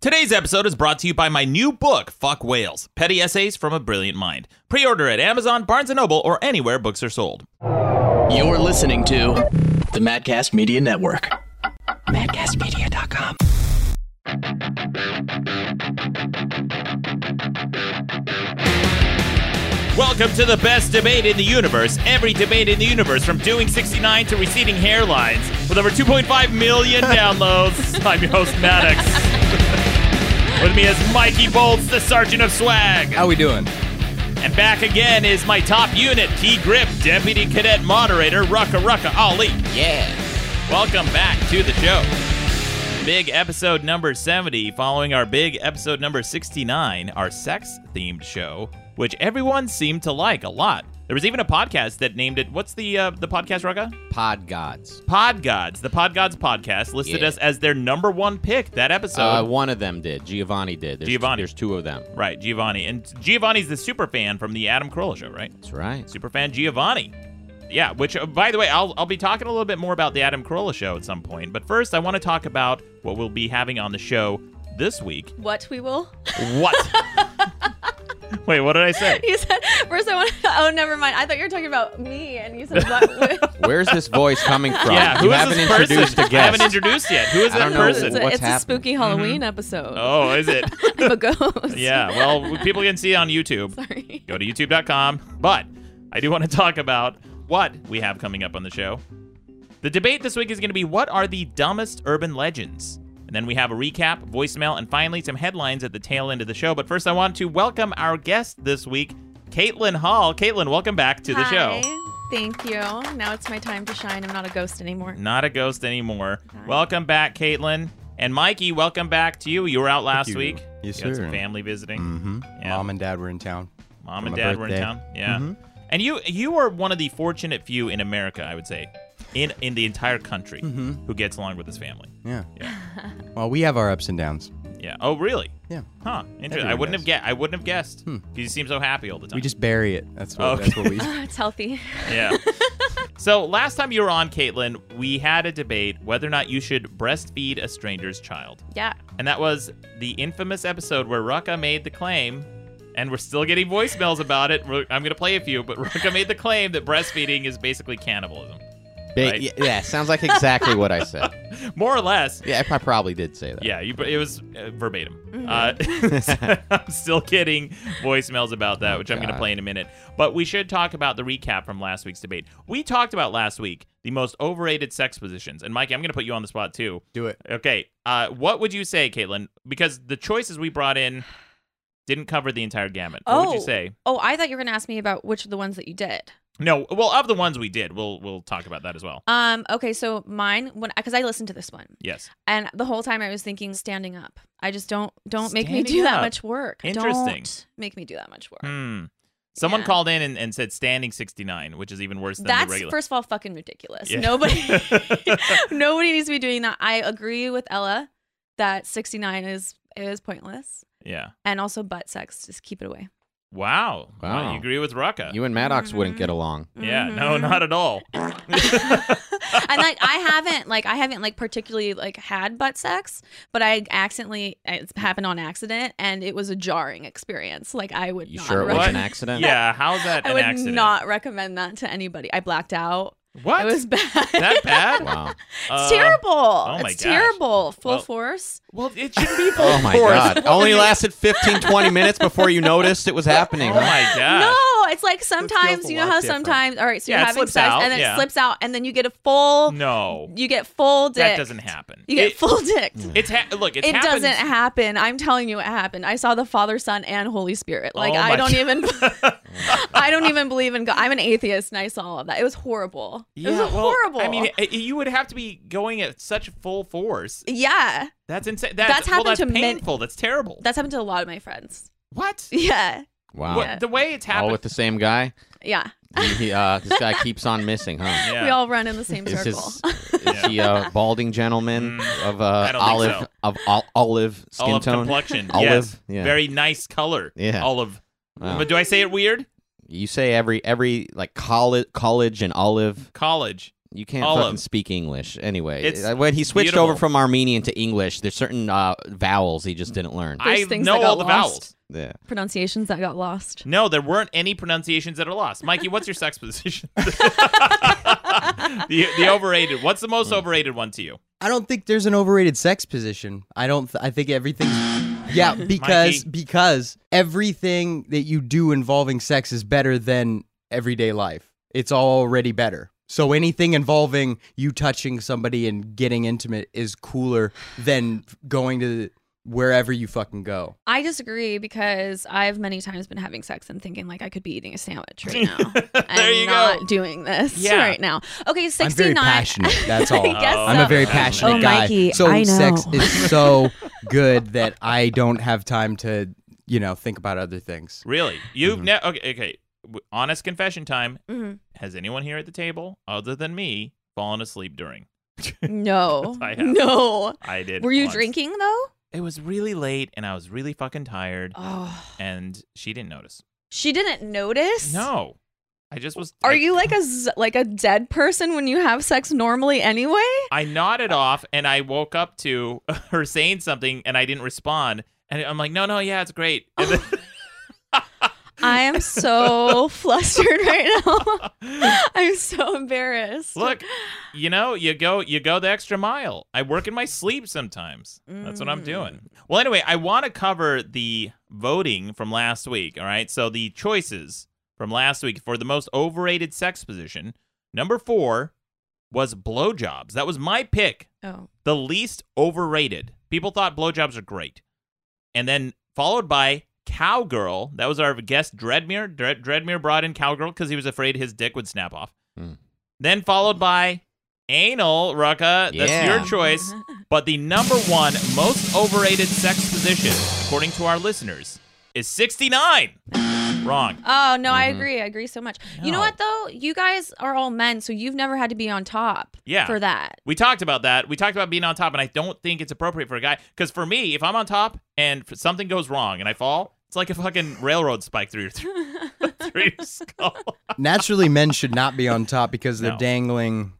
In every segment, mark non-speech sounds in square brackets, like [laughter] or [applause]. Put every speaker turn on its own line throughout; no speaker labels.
Today's episode is brought to you by my new book, Fuck Whales: Petty Essays from a Brilliant Mind. Pre-order at Amazon, Barnes & Noble, or anywhere books are sold.
You're listening to the Madcast Media Network. MadcastMedia.com.
Welcome to the best debate in the universe. Every debate in the universe, from doing 69 to receding hairlines, with over 2.5 million downloads. I'm your host, Maddox. with me is Mikey Bolts, the Sergeant of Swag.
How we doing?
And back again is my top unit, Key Grip, Deputy Cadet Moderator, Rucka Rucka Ali.
Yeah.
Welcome back to the show. Big episode number 70, following our big episode number 69, our sex themed show, which everyone seemed to like a lot. There was even a podcast that named it. What's the uh, the podcast, Rucka?
Pod gods.
Pod Gods. The Pod Gods podcast listed
Yeah.
us as their number one pick that episode.
Uh, one of them did. Giovanni did. There's
Giovanni.
there's two of them.
right, Giovanni. And Giovanni's the super fan from the Adam Carolla show, right?
That's right.
Superfan Giovanni. Yeah, which, uh, by the way, I'll, I'll be talking a little bit more about the Adam Carolla show at some point. But first, I want to talk about what we'll be having on the show this week.
What we will? [laughs]
[laughs]
What? Wait, what did I say?
You said first. I want. [laughs] Oh, never mind. I thought you were talking about me, and you said what?
[laughs]
what-
Where's this voice coming from?
Yeah,
you
who is
haven't
this person?
introduced a
[laughs] I
guest.
haven't introduced yet. Who is
I
[laughs]
that
don't know
it's
person? Mm-hmm.
a,
what's
it's a
happening.
spooky Halloween episode.
Oh, is it?
[laughs] I'm a ghost.
Yeah, well, people can see it on YouTube.
[laughs] Sorry.
Go to youtube.com. But I do want to talk about what we have coming up on the show. The debate this week is going to be what are the dumbest urban legends? And then we have a recap, voicemail, and finally some headlines at the tail end of the show. But first, I want to welcome our guest this week, Caitlin Hall. Caitlin, welcome back to the
Hi.
show.
Thank you. Now it's my time to shine. I'm not a ghost anymore.
Not a ghost anymore.
Hi.
Welcome back, Caitlin. And Mikey, welcome back to you. You were out last
you.
week.
Yes,
you had
sir.
some family visiting.
Mm-hmm.
Yeah.
Mom and dad were in town.
Mom
for
and
my
dad were in
birthday.
town. Yeah.
Mhm.
And you you are one of the fortunate few in America, I would say, in in the entire country
Mm-hmm.
who gets along with his family.
Yeah.
[laughs]
Yeah.
Well, we have our ups and downs.
Yeah. Oh, really?
Yeah.
Huh. Interesting. I
Everyone
wouldn't have
does. Hmm.
guessed. I wouldn't have guessed because you seem so happy all the time.
We just bury it. That's what,
Oh,
that's what we
[laughs]
[laughs]
It's healthy. [laughs]
yeah. so last time you were on, Caitlin, we had a debate whether or not you should breastfeed a stranger's child,
Yeah.
and that was the infamous episode where Rucka made the claim. And we're still getting voicemails about it. We're- I'm going to play a few, but [laughs] Rucka made the claim that breastfeeding is basically cannibalism.
Ba-
Right.
yeah, yeah, sounds like exactly what I said.
more or less.
Yeah, I probably did say that.
Yeah, you, it was uh, verbatim. Uh,
Mm-hmm.
[laughs] I'm still getting voicemails about that, which I'm going to
God.
play in a minute. But we should talk about the recap from last week's debate. We talked about last week the most overrated sex positions, and Mikey, I'm going to put you on the spot too.
do it.
Okay, uh, what would you say, Caitlin? Because the choices we brought in didn't cover the entire gamut. What would you
Oh.
say?
Oh, I thought you were gonna ask me about which of the ones that you did.
No, well, of the ones we did, we'll we'll talk about that as well.
Um. Okay. So mine, when because I listened to this one,
Yes,
and the whole time I was thinking standing up. I just don't don't make me
Standing
do that
up.
much work.
Interesting.
Don't make me do that much work.
hmm. Someone
Yeah.
called in and, and said standing 69, which is even worse than
That's
the regular.
first of all fucking ridiculous.
Yeah.
Nobody
[laughs]
[laughs] nobody needs to be doing that. I agree with Ella that 69 is is pointless.
yeah.
And also butt sex, just keep it away.
Wow.
Wow.
You agree with Rucka.
You and Maddox wouldn't get
[laughs]
along.
yeah, no, not at
[laughs]
all.
Mhm. Mm-hmm. and like I haven't like I haven't like particularly like had butt sex, but I accidentally it's happened on accident and it was a jarring experience. Like I would
You
not
sure it was
What?
an accident?
yeah, how's that
[laughs] I
an
would
accident?
not recommend that to anybody. I blacked out.
what?
It was [laughs] bad.
that bad?
Wow.
Uh,
it's terrible.
my
it's
gosh.
terrible. Full
Well-
force.
Well, it shouldn't be full
Oh my
force. [laughs]
god. Only lasted 15 20 minutes before you noticed it was happening.
Oh
[laughs]
my gosh.
No, it's like
feels
sometimes
a
you know
lot
how
different.
sometimes all right, so
Yeah, it
you're having
slips
sex
out,
and then
yeah.
it slips out and then you get a full
No,
you get full dick.
that doesn't happen.
You get
It- Mm.
full dick.
It's ha- look. It's
It doesn't happen. I'm telling you, it happened. I saw the Father, Son, and Holy Spirit. Like
Oh my
I don't
God. [laughs]
even, [laughs] I don't even believe in God. I'm an atheist, and I saw all of that. It was horrible. it was
well,
horrible.
I mean, it- you would have to be going at such full force.
yeah,
That's insane.
That's
well,
happened
that's
to men-
painful. That's terrible.
that's happened to a lot of my friends. [laughs]
what?
Yeah,
Wow.
What- The way it's
All
happened.
with the same guy?
yeah.
He, he, uh, this guy keeps on missing, huh?
yeah.
We all run in the same
Is,
circle.
his,
[laughs]
is he a balding gentleman of
Mm. I
uh,
don't think
olive
so.
of ol- olive skin
olive
tone? [laughs]
complexion.
Olive,
yes.
yeah.
Very nice color.
Yeah.
Olive.
Wow.
But do I say it weird?
You say every every like college college and olive.
College.
You can't
All of
fucking
it.
speak English anyway.
It's
Uh, when he switched
beautiful.
over from Armenian to English, there's certain uh, vowels he just didn't learn.
There's
I
things
know
that got
all the
lost.
vowels.
yeah.
Pronunciations that got lost.
No, there weren't any pronunciations that are lost. Mikey, what's your
[laughs]
sex position? [laughs] the, the overrated. What's the
Hmm.
most overrated one to you?
I don't think there's an overrated sex position. I don't. Th- I think everything's. yeah, because
Mikey.
because everything that you do involving sex is better than everyday life. It's already better. So anything involving you touching somebody and getting intimate is cooler than going to wherever you fucking go.
I disagree because I've many times been having sex and thinking like I could be eating a
[laughs]
sandwich right now. and
There you go.
not doing this
Yeah.
right now. Okay, 69.
I'm very
[laughs]
passionate. That's all.
Oh,
I guess
I'm
so.
a very passionate
Oh,
guy.
Mikey,
so
I
sex
know. [laughs]
is so good that I don't have time to, you know, think about other things.
Really? You've
Mm-hmm.
never. Okay, okay. W- Honest confession time.
Mhm.
Has anyone here at the table, other than me, fallen asleep during? [laughs]
No.
I have.
no.
I did.
Were you
once.
drinking though?
It was really late, and I was really fucking tired,
Oh.
and she didn't
[laughs]
notice.
She didn't notice?
No, I just was.
Are
I-
you like a z- like a dead person when you have sex normally anyway?
[laughs] I nodded off, and I woke up to [laughs] her saying something, and I didn't respond. And I'm like, no, no, yeah, it's great. And then-
I
[laughs]
am so flustered right now. [laughs] I'm so embarrassed.
Look, you know, you go you go the extra mile. I work in my sleep sometimes. That's what I'm doing.
Mm.
Well, anyway, I want to cover the voting from last week, all right? So the choices from last week for the most overrated sex position, number 4 was blowjobs. That was my pick,
Oh.
the least overrated. People thought blowjobs are great. And then followed by cowgirl. That was our guest Dreadmere. Dred- Dreadmere brought in cowgirl because he was afraid his dick would snap off.
Mm.
Then followed by anal, Rucka. That's
Yeah.
your choice. But the number one most overrated sex position, according to our listeners, is 69. Wrong.
Oh no, I agree. I agree so much. You
Mm-hmm. No.
know what though? You guys are all men, so you've never had to be on top
Yeah.
for that.
[laughs]
We talked about that. We talked about being on top, and I don't think it's appropriate for a guy. Because for me, if I'm on top and f- something goes wrong and I fall, it's like a fucking railroad spike through your, [laughs] through your skull.
Naturally, men should not be on top because they're
No.
dangling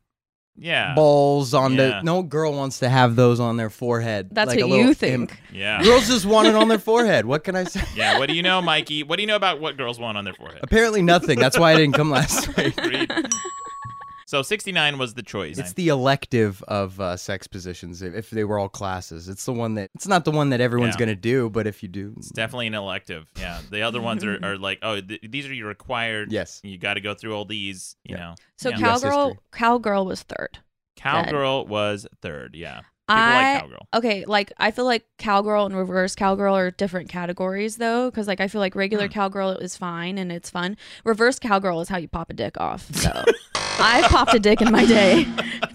Yeah.
balls on
Yeah.
the. No girl wants to have those on their forehead.
That's
like a
what
little
you think.
imp.
Yeah.
Girls just want it on their forehead. What can I say?
Yeah. What do you know, Mikey? What do you know about what girls want on their forehead?
Apparently nothing. That's why I didn't
[laughs]
come last week.
Agreed. So 69 was the choice.
It's the elective of uh, sex positions. If if they were all classes, it's the one that it's not the one that everyone's
Yeah.
gonna do. But if you do,
It's definitely an elective. Yeah. The other ones are, are like, oh, th- these are your required.
Yes.
You got to go through all these, you
Yeah.
know.
So
Yeah.
Cal-
cowgirl,
history.
cowgirl was third.
Cowgirl was third. Yeah. People
I
like Cowgirl.
okay, like I feel like cowgirl and reverse cowgirl are different categories though, because like I feel like regular
Hmm.
cowgirl is fine and it's fun. Reverse cowgirl is how you pop a
[laughs]
dick off. So I've popped a dick in my day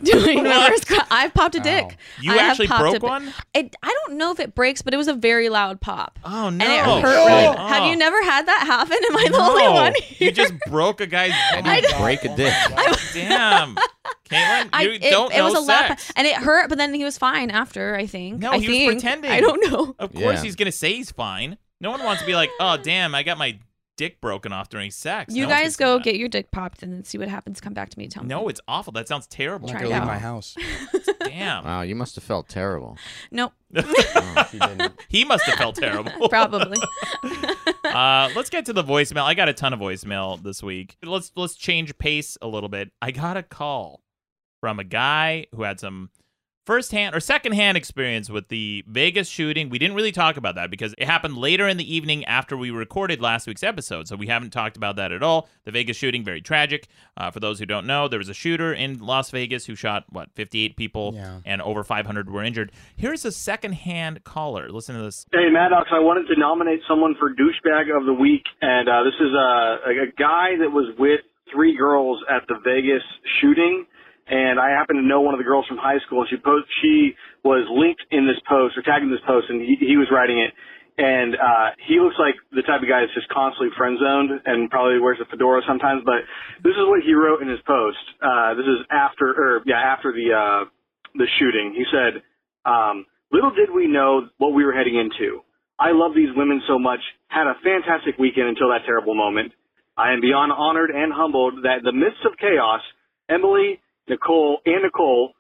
doing reverse. Cow- I've popped a dick.
Ow.
Oh. You
I have
actually
popped
broke
a bi-
one?
It, I don't know if it breaks, but it was a very loud pop.
Oh, no. Oh, Uh-huh.
And it hurt really. Have [laughs] you never had that happen? Am I the only
No.
one?
You just broke a guy's
I didn't break a dick.
Damn. Caitlin,
[laughs] I,
you
it,
don't
it
know
was a
sex.
lap, and it hurt, but then he was fine after. I think.
No,
I
he was
think.
pretending.
I don't know.
Of course
Yeah.
he's going to say he's fine. No one wants to be like, oh, damn, I got my dick broken off during sex.
You
No one's
guys
gonna say
go
that.
get your dick popped and then see what happens. Come back to me. and Tell me.
No, it's awful. That sounds terrible.
I'm
Try
not
it
gonna leave
out.
my house.
Damn.
Wow, you must have felt terrible.
[laughs]
Nope. [laughs]
He must have felt terrible. [laughs]
Probably.
Uh, let's get to the voicemail. I got a ton of voicemail this week. Let's let's change pace a little bit. I got a call from a guy who had some firsthand or secondhand experience with the Vegas shooting. We didn't really talk about that because it happened later in the evening after we recorded last week's episode. So we haven't talked about that at all. The Vegas shooting, very tragic. Uh, for those who don't know, there was a shooter in Las Vegas who shot what 58 people,
Yeah.
and over 500 were injured. Here's a secondhand caller. Listen to this.
Hey, Maddox, I wanted to nominate someone for douchebag of the week, and uh, this is a, a guy that was with three girls at the Vegas shooting, and I happen to know one of the girls from high school, and she post she was linked in this post or tagged in this post, and he, he was writing it, and uh, he looks like the type of guy that's just constantly friend zoned and probably wears a fedora sometimes, but this is what he wrote in his post. Uh, this is after, or yeah, after the uh, the shooting. He said. Um, little did we know what we were heading into. I love these women so much. Had a fantastic weekend until that terrible moment. I am beyond honored and humbled that in the midst of chaos, Emily Nicole and Nicole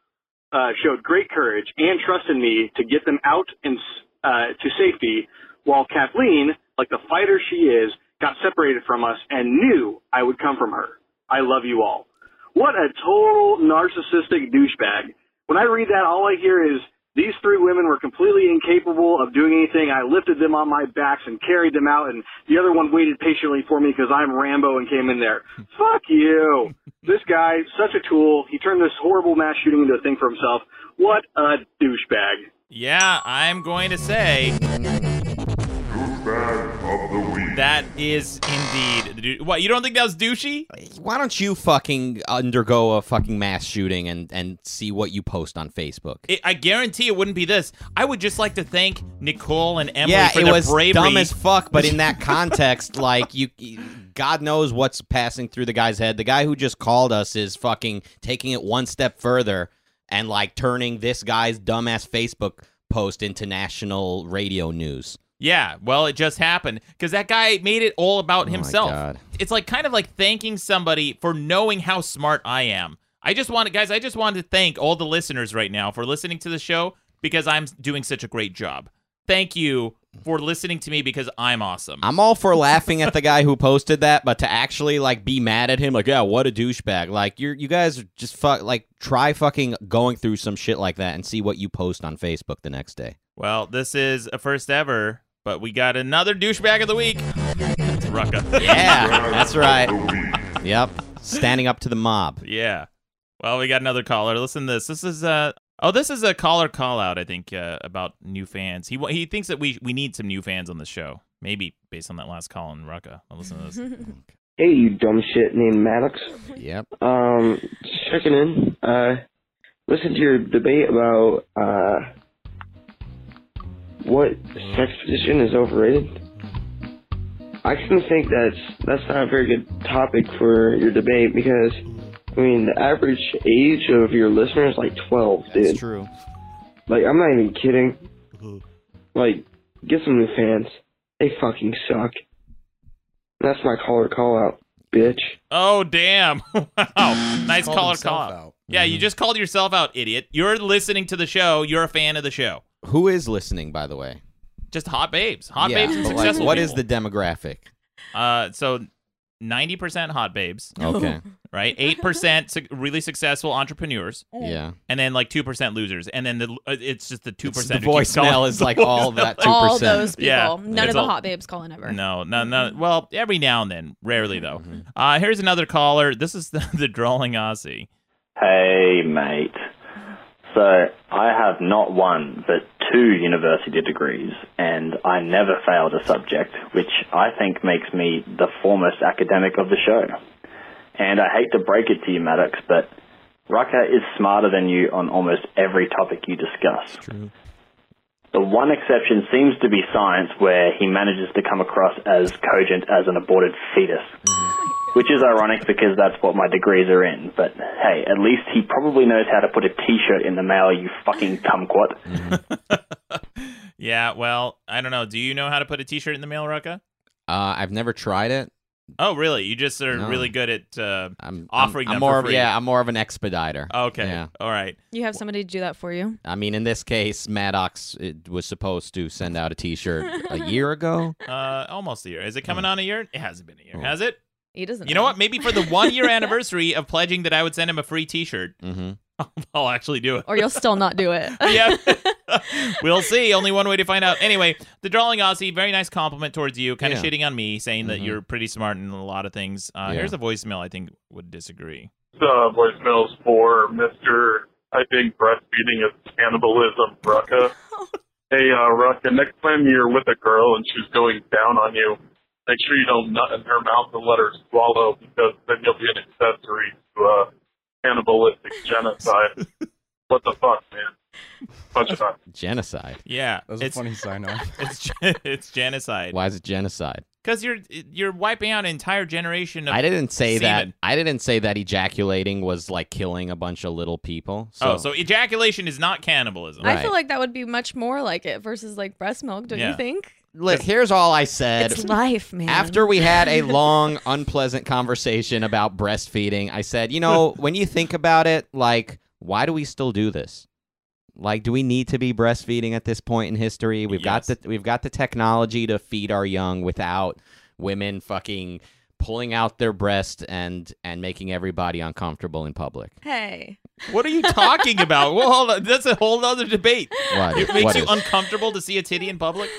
uh, showed great courage and trust in me to get them out and uh, to safety, while Kathleen, like the fighter she is, got separated from us and knew I would come from her. I love you all. What a total narcissistic douchebag. When I read that, all I hear is these three women were completely incapable of doing anything. I lifted them on my backs and carried them out, and the other one waited patiently for me because I'm Rambo and came in there. Fuck you. This guy, such a tool. He turned this horrible mass shooting into a thing for himself. What a douchebag.
Yeah, I'm going to say
of the week.
that is indeed. The dou- what you don't think that was douchey?
Why don't you fucking undergo a fucking mass shooting and and see what you post on Facebook?
It, I guarantee it wouldn't be this. I would just like to thank Nicole and Emily
yeah,
for
it
their
was
bravery.
dumb as fuck, but
[laughs]
in that context, like you, God knows what's passing through the guy's head. The guy who just called us is fucking taking it one step further and like turning this guy's dumbass Facebook post into national radio news.
Yeah, well, it just happened because that guy made it all about
Oh my
himself.
God.
It's like kind of like thanking somebody for knowing how smart I am. I just wanted, guys, I just wanted to thank all the listeners right now for listening to the show because I'm doing such a great job. Thank you for listening to me because I'm awesome.
I'm all for laughing at the guy who posted that, but to actually like be mad at him, like, yeah, what a douchebag. Like you're you guys are just fuck like try fucking going through some shit like that and see what you post on Facebook the next day.
Well, this is a first ever, but we got another douchebag of the week. It's Rucka.
Yeah, that's right.
Of the week.
Yep. Standing up to the mob.
Yeah. Well, we got another caller. Listen to this. This is uh oh, this is a caller call out. I think uh, about new fans. He wa- he thinks that we we need some new fans on the show. Maybe based on that last call in Rucka. Now listen to this.
Hey, you dumb shit named Maddox.
Yep.
Um, just checking in. Uh, listen to your debate about uh, what sex position is overrated. I kind of think that's that's not a very good topic for your debate because, I mean, the average age of your listener is like 12, dude.
true.
Like, I'm not even kidding. Like, get some new fans. They fucking suck. That's my caller call out, bitch.
Oh damn! [laughs] wow, nice
Called
caller
himself
call out.
out.
Yeah,
Mm-hmm.
you just called yourself out, idiot. You're listening to the show. You're a fan of the show.
Who is listening, by the way?
Just hot babes, hot
Yeah,
babes, and
but, like,
successful.
What
people.
is
[laughs]
the demographic?
uh? So, ninety percent hot babes,
Okay.
right? Eight percent really successful entrepreneurs.
yeah.
and then like Oh. two percent losers, and then the uh, it's just the two
It's the
percent.
voicemail is
[laughs]
like all that two
All
percent.
those people.
Yeah,
None
it's
of the
all-
hot babes calling ever.
No, no, no.
Mm-hmm.
Well, every now and then, rarely though. Uh, here's another caller. This is [laughs] the, the drawing Aussie.
Hey, mate. So, I have not one, but two university degrees, and I never failed a subject, which I think makes me the foremost academic of the show. And I hate to break it to you, Maddox, but Rucker is smarter than you on almost every topic you discuss.
True.
The one exception seems to be science, where he manages to come across as cogent as an aborted fetus, which is ironic because that's what my degrees are in. But hey, at least he probably knows how to put a T-shirt in the mail. You fucking kumquat.
Yeah. Well, I don't know. Do you know how to put a T-shirt in the mail, Rucka?
Uh, I've never tried it.
Oh, really? You just are
No.
really good at. Uh,
I'm
Offering them
I'm, I'm
for
more of-
free.
yeah, I'm more of an expediter.
okay.
Yeah.
All right.
You have somebody do that for you.
I mean, in this case, Maddox it was supposed to send out a T-shirt a
[laughs]
year ago.
Uh, almost a year. Is it coming on a year? It hasn't been a year,
Oh.
has it?
He doesn't.
You know what? Maybe for the one
[laughs]
year anniversary of pledging that I would send him a free T-shirt,
hmm
I'll actually do it.
or you'll still not do it.
[laughs] yeah.
[laughs]
[laughs]
we'll see. Only one way to find out. Anyway, the drawing Aussie, very nice compliment towards you, kind of
Yeah.
shitting on me, saying that
Mhm.
you're pretty smart in a lot of things. Uh,
Yeah.
Here's a voicemail I think would disagree.
Uh, voicemails for Mr. I think breastfeeding is cannibalism, Rucka. hey, uh, Rucka, next time you're with a girl and she's going down on you, make sure you don't nut in her mouth and let her swallow because then you'll be an accessory to uh, cannibalistic genocide. what the fuck, man? Bunch of nuts.
Genocide.
Yeah,
That was
it's
a funny sign off.
[laughs] it's [laughs] gen- it's genocide
Why is it genocide?
because you're you're wiping out an entire generation of.
I didn't say that.
Semen.
I didn't say that ejaculating was like killing a bunch of little people.
[laughs]
So,
oh, so ejaculation is not cannibalism.
Right.
I feel like that would be much more like it versus like breast milk, don't
Yeah.
you think?
look, here's all I said.
It's life, man.
After we had
[laughs]
a long, unpleasant conversation about breastfeeding, I said,
[laughs]
you know, when you think about it, like, why do we still do this? Like, do we need to be breastfeeding at this point in history? We've got
Yes.
the we've got the technology to feed our young without women fucking pulling out their breast and and making everybody uncomfortable in public.
hey,
What are you talking about? Well, hold on. That's a whole other
[laughs]
debate.
What?
It makes
what
you
is-
uncomfortable to see a titty in public.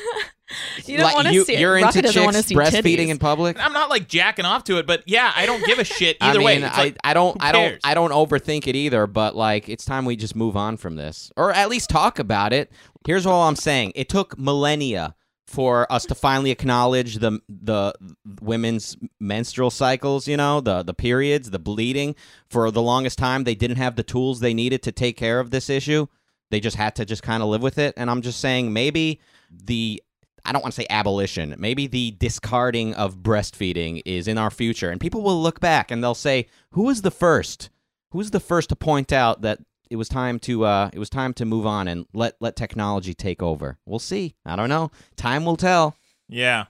you don't
Like,
want to
you-
see it.
You're
Rocket
into
doesn't wanna
chicks
see
breastfeeding
titties.
in public.
I'm not like jacking off to it, but yeah, I don't give a shit either
I mean,
way. It's
I,
like-
I don't
who
I don't
cares?
I don't overthink it either, but like it's time we just move on from this. Or at least talk about it. Here's all I'm saying. It took millennia for us to finally acknowledge the the women's menstrual cycles, you know, the the periods, the bleeding. For the longest time they didn't have the tools they needed to take care of this issue. They just had to just kind of live with it. And I'm just saying maybe the I don't want to say abolition. Maybe the discarding of breastfeeding is in our future, and people will look back and they'll say, "Who was the first? Who was the first to point out that it was time to uh, it was time to move on and let let technology take over?" We'll see. I don't know. Time will tell.
yeah.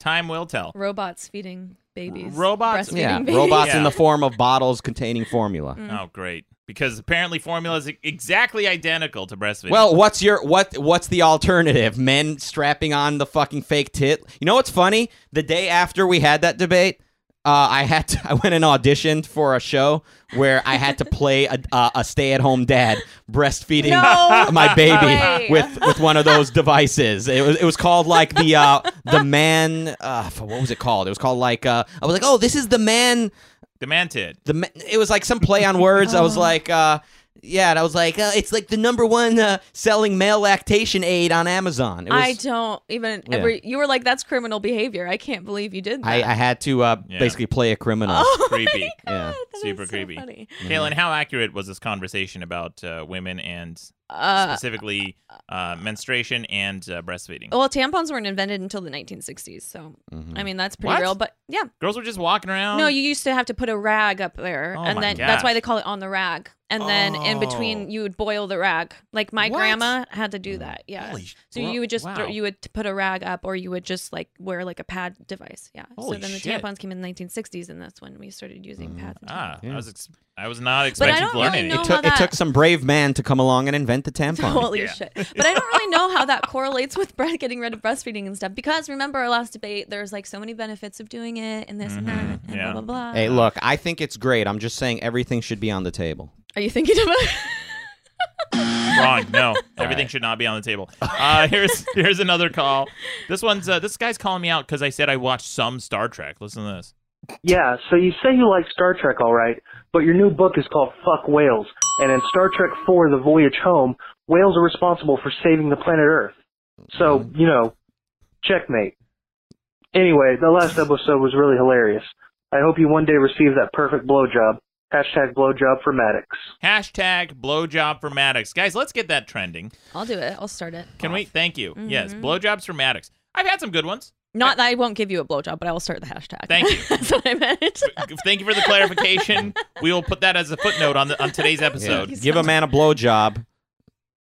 Time will tell.
Robots feeding babies.
Robots-
Breastfeeding
Yeah,
babies.
[laughs]
robots
Yeah.
in the form of bottles containing formula.
Mm-hmm.
Oh, great. Because apparently formula is exactly identical to breastfeeding.
Well, what's your what what's the alternative? Men strapping on the fucking fake tit. You know what's funny? The day after we had that debate, uh, I had to, [laughs] I went and auditioned for a show where I had to play a, a, a stay at home dad breastfeeding
No
[laughs] my baby
way.
with with one of those devices. It was it was called like the uh, the man. Uh, f- what was it called? It was called like uh, I was like, oh, this is the man
demand it.
the ma- it was like some play on words.
[laughs]
I was
Oh.
like, uh, yeah, and I was like, uh, it's like the number one uh, selling male lactation aid on Amazon. It was,
I don't even
Yeah.
ever. You were like, "That's criminal behavior." I can't believe you did that.
I, I had to uh,
Yeah.
basically play a criminal.
[laughs] oh
Creepy.
My God, [laughs]
Yeah.
that is
Super
so
creepy.
funny.
Mm-hmm.
Kaylin, how accurate was this conversation about uh, women and
Uh,
specifically uh, menstruation and uh, breastfeeding?
well, tampons weren't invented until the 1960s, so
Mm-hmm. Mm.
I mean that's pretty
What?
real. But yeah,
Girls were just walking around.
no, you used to have to put a rag up there,
Um, Oh my
and then that's why
gosh. Oh.
they call it on the rag. And then in between, you would boil the rag. Like my
What? Mm,
grandma had to do that. Yeah.
Holy sh-
so
bro-
you would just throw,
wow.
you would put a rag up, or you would just like wear like a pad device. Yeah.
Holy
so then
shit.
the tampons came in the 1960s, and that's when we started using pads. And
Ah,
Yeah.
I was ex- I was not
But I
expecting
don't
to learn
really
anything.
know
it
how
took it
that.
took some brave man to come along and invent the
[laughs]
tampon.
Holy
Yeah.
shit. But I don't really know how that correlates with [laughs] breast, getting rid of breastfeeding and stuff because remember our last debate, there's like so many benefits of doing it and this and that and
Mm-hmm, Yeah.
blah, blah, blah.
hey, look, I think it's great. I'm just saying everything should be on the table.
Are you thinking about [laughs]
Wrong.
[laughs]
No, everything should not be on the table. Uh, [laughs] here's here's another call. This one's uh, this guy's calling me out because I said I watched some Star Trek. Listen to this.
Yeah, so you say you like Star Trek, all right, but your new book is called Fuck Whales, and in Star Trek IV, The Voyage Home, whales are responsible for saving the planet Earth. So, you know, checkmate. Anyway, the last episode was really hilarious. I hope you one day receive that perfect blowjob. Hashtag blowjob for Maddox.
Hashtag blowjob for Maddox. Guys, let's get that trending.
I'll do it. I'll start it.
Can we? Thank you. Yes, blowjobs for Maddox. I've had some good ones.
Not that I won't give you a blowjob, but I will start the hashtag.
Thank you.
[laughs] That's what I meant.
Thank you for the clarification. we will put that as a footnote on the on today's
Yeah.
episode.
Give a man a blowjob.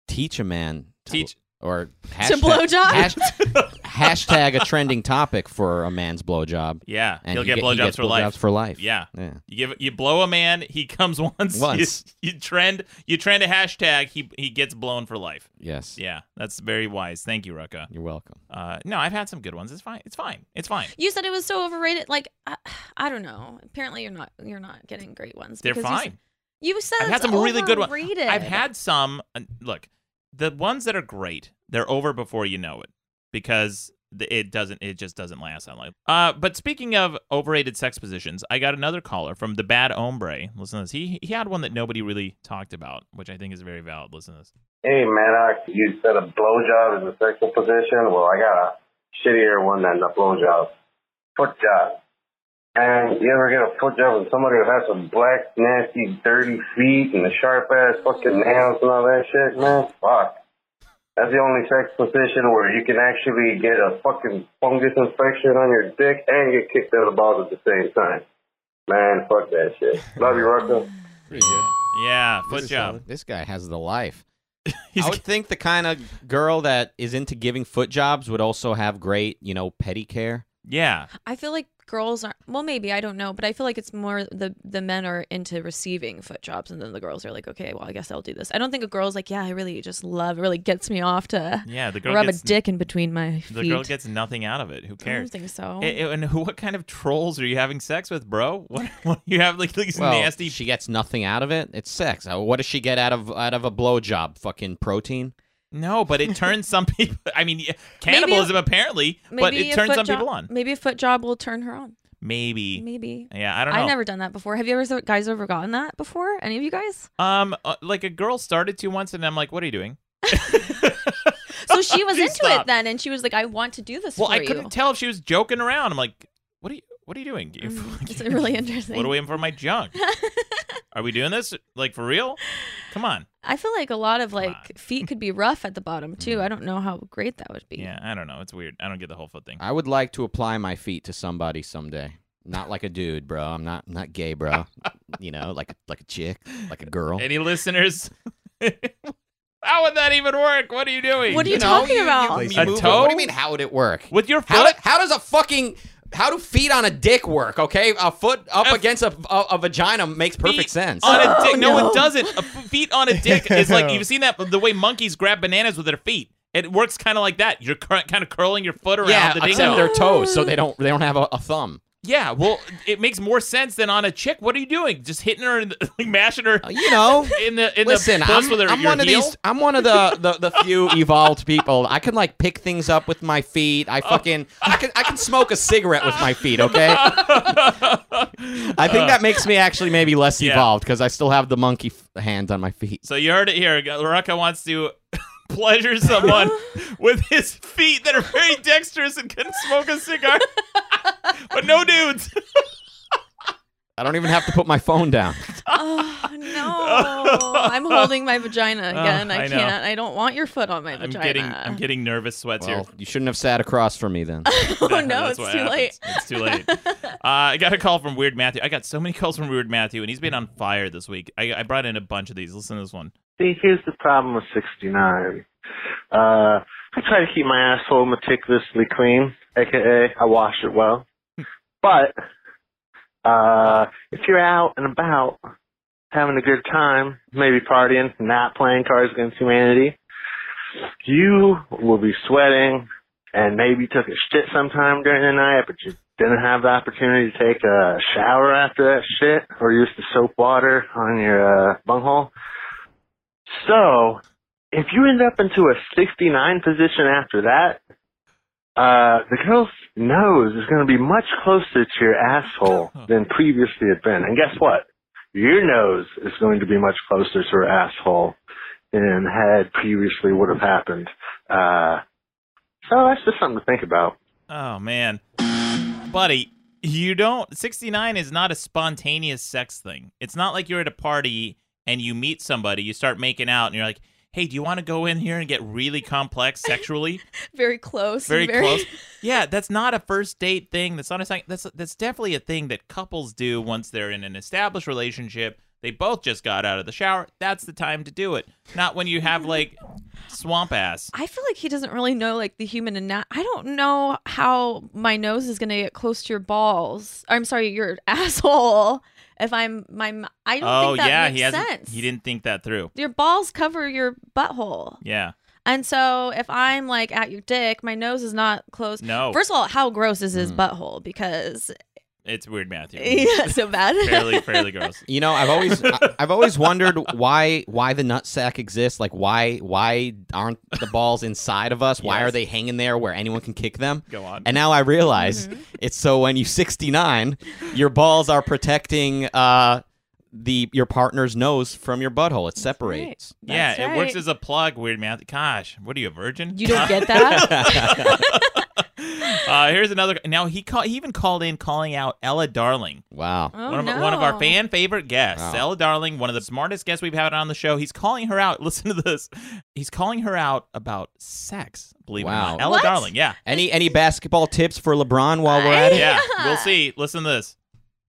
Teach a man. To
Teach-
or hashtag,
blowjob?
hash- [laughs] hashtag a trending topic for a man's blowjob.
Yeah,
And
he'll
you
get
he
blowjobs
gets
for life.
for life.
Yeah.
Yeah.
You give you blow a man, he comes [laughs] once. You-
Once.
You, trend you trend a hashtag, he he gets blown for life.
Yes.
Yeah, that's very wise. Thank you, Rucka.
You're welcome.
Uh, no, I've had some good ones. It's fine. It's fine. It's fine.
[laughs] You said it was so overrated. Like I, I don't know. Apparently you're not you're not getting great ones.
They're
because you s-
fine.
You said
I've had
it's
some really good ones.
overrated.
I've had some. uh, Look, the ones that are great, they're over before you know it because th- it doesn't. It just doesn't last that long. Uh, but speaking of overrated sex positions, I got another caller from the Bad Ombre. Listen to this. He he had one that nobody really talked about, which I think is very valid. Listen to this.
Hey, Maddox, you said a blowjob is a sexual position. Well, I got a shittier one than a blowjob. Foot job. And you ever get a foot job with somebody who has some black, nasty, dirty feet and the sharp ass fucking nails and all that shit, man? Fuck. That's the only sex position where you can actually get a fucking fungus infection on your dick and get kicked out of the balls at the same time. Man, fuck that shit. Love you, Rucka.
Yeah, foot
This is
job.
solid. This guy has the life.
[laughs] He's-
I would think the kind of girl that is into giving foot jobs would also have great, you know, petty care.
yeah.
I feel like girls aren't. Well, maybe I don't know, but I feel like it's more the the men are into receiving foot jobs, and then the girls are like, okay, well, I guess I'll do this. I don't think a girl's like, yeah, I really just love. It really gets me off to
Yeah. The girl
rub a
gets
dick in between my feet.
the girl gets nothing out of it. Who
I don't
cares?
think so.
Eh, eh, and who, what kind of trolls are you having sex with, bro? [laughs] What, what you have like these
Well,
nasty
she gets nothing out of it. It's sex. Uh, What does she get out of out of a blowjob? Fucking protein.
No, but it turns
[laughs]
some people. I mean, yeah, cannibalism apparently, but
Maybe
it
a
turns
foot
some
jo-
people on.
Maybe a foot job will turn her on.
Maybe.
Maybe.
Yeah, I don't know.
I've never done that before. Have you ever guys ever gotten that before? Any of you guys?
Um, uh, like a girl started to once, and I'm like, "What are you doing?" [laughs]
So she was
She
into it
stopped.
then, and she was like, "I want to do this
Well,
for
I
you."
couldn't tell if she was joking around. I'm like, "What are you? What are you doing? [laughs]
Mm, it's really interesting.
What are we in for my junk?
[laughs]
are we doing this like for real? Come on.
I feel like a lot of
on. Mm.
like feet could be rough at the bottom too. I don't know how great that would be.
Yeah, I don't know. It's weird. I don't get the whole foot thing.
I would like to apply my feet to somebody someday. Not like a dude, bro. I'm not not gay, bro.
[laughs]
you know, like like a chick, like a girl.
Any listeners? [laughs] How would that even work? What are you doing?
What are you,
know,
talking about?
you-
You
A
move it.
toe?
What do you mean? How would it work?
with your
How,
foot?
how does a fucking how do feet on a dick work? Okay, a foot up against a, a, a vagina makes perfect
feet
sense.
On a dick. no,
no.
it doesn't. A f- feet on a dick is like you've seen that the way monkeys grab bananas with their feet. It works kind of like that. You're cur- kind of curling your foot around
yeah,
the
except
dingo.
their toes, so they don't they don't have a, a thumb.
Yeah, well, it makes more sense than on a chick. What are you doing? Just hitting her and [laughs] like, mashing her [laughs]
You know.
in the in
Oh, Listen,
the puss
I'm,
with her,
I'm
your
one of
heel?
these. I'm one of the, the, the
[laughs]
few evolved people. I can like pick things up with my feet.
Oh.
I fucking I can I can smoke a cigarette with my feet. Okay.
[laughs]
I think that makes me actually maybe less
Yeah.
evolved because I still have the monkey f- hand on my feet.
So you heard it here. Lorca wants to [laughs] pleasure
[laughs]
someone with his feet that are very dexterous and can smoke a cigar, [laughs] but no dudes.
I don't even have to put my phone down.
Oh
[laughs]
no! I'm holding my vagina again. I,
Oh, I know.
can't. I don't want your foot on my
I'm
vagina.
getting I'm getting nervous sweats here.
Well, you shouldn't have sat across from
[laughs]
me then.
oh no!
That's
It's
what
too late.
happens. It's too late. uh, I got a call from Weird Matthew. I got so many calls from Weird Matthew, and he's been on fire this week. I, I brought in a bunch of these. Listen to this one.
See, here's the problem with 69. Uh, I try to keep my asshole meticulously clean, aka I wash it well. but, uh, if you're out and about, having a good time, maybe partying, not playing Cards Against Humanity, you will be sweating and maybe took a shit sometime during the night, but you didn't have the opportunity to take a shower after that shit or use the soap water on your uh, bunghole. So, if you end up into a 69 position after that, uh, the girl's nose is going to be much closer to your asshole than previously had been. And guess what? Your nose is going to be much closer to her asshole than had previously would have happened. Uh, so that's just something to think about.
Oh man, buddy, you don't. 69 is not a spontaneous sex thing. It's not like you're at a party and you meet somebody, you start making out, and you're like, "Hey, do you want to go in here and get really complex sexually?"
Very close.
[laughs] very,
[laughs]
close. Yeah, that's not a first date thing. That's not a sign. That's that's definitely a thing that couples do once they're in an established relationship. They both just got out of the shower. That's the time to do it. Not when you have like swamp ass.
I feel like he doesn't really know like the human anatomy. I don't know how my nose is gonna get close to your balls. I'm sorry, your [laughs] asshole. If I'm my, m- I don't
Oh
think that
yeah,
makes
he hasn't.
sense.
He didn't think that through.
Your balls cover your butthole,
Yeah.
and so if I'm like at your dick, my nose is not close.
No.
First of all, how gross is
Hmm.
his butthole?
[laughs]
Because [laughs]
it's weird math here.
yeah, so bad. [laughs]
fairly, fairly gross.
You know, I've always I-
[laughs]
I've always wondered why why the nut sack exists. Like why why aren't the balls inside of us? Why
Yes.
are they hanging there where anyone can kick them?
Go on.
And now I realize it's so when you 69, your balls are protecting uh the your partner's nose from your butthole. It separates.
yeah,
That's
it works
right.
as a plug. Weird math. Gosh, what are you a virgin?
You don't get that.
[laughs] uh, here's another. Now he call, he even called in calling out Ella Darling.
Wow.
Oh,
One of,
no.
one of our fan favorite guests,
Wow.
Ella Darling, one of the smartest guests we've had on the show. He's calling her out. [laughs] Listen to this. He's calling her out about sex. Believe it
Wow.
or not, Ella
What?
Darling. Yeah,
[laughs]
Any any basketball tips for LeBron while we're at it?
yeah. We'll see. Listen to this.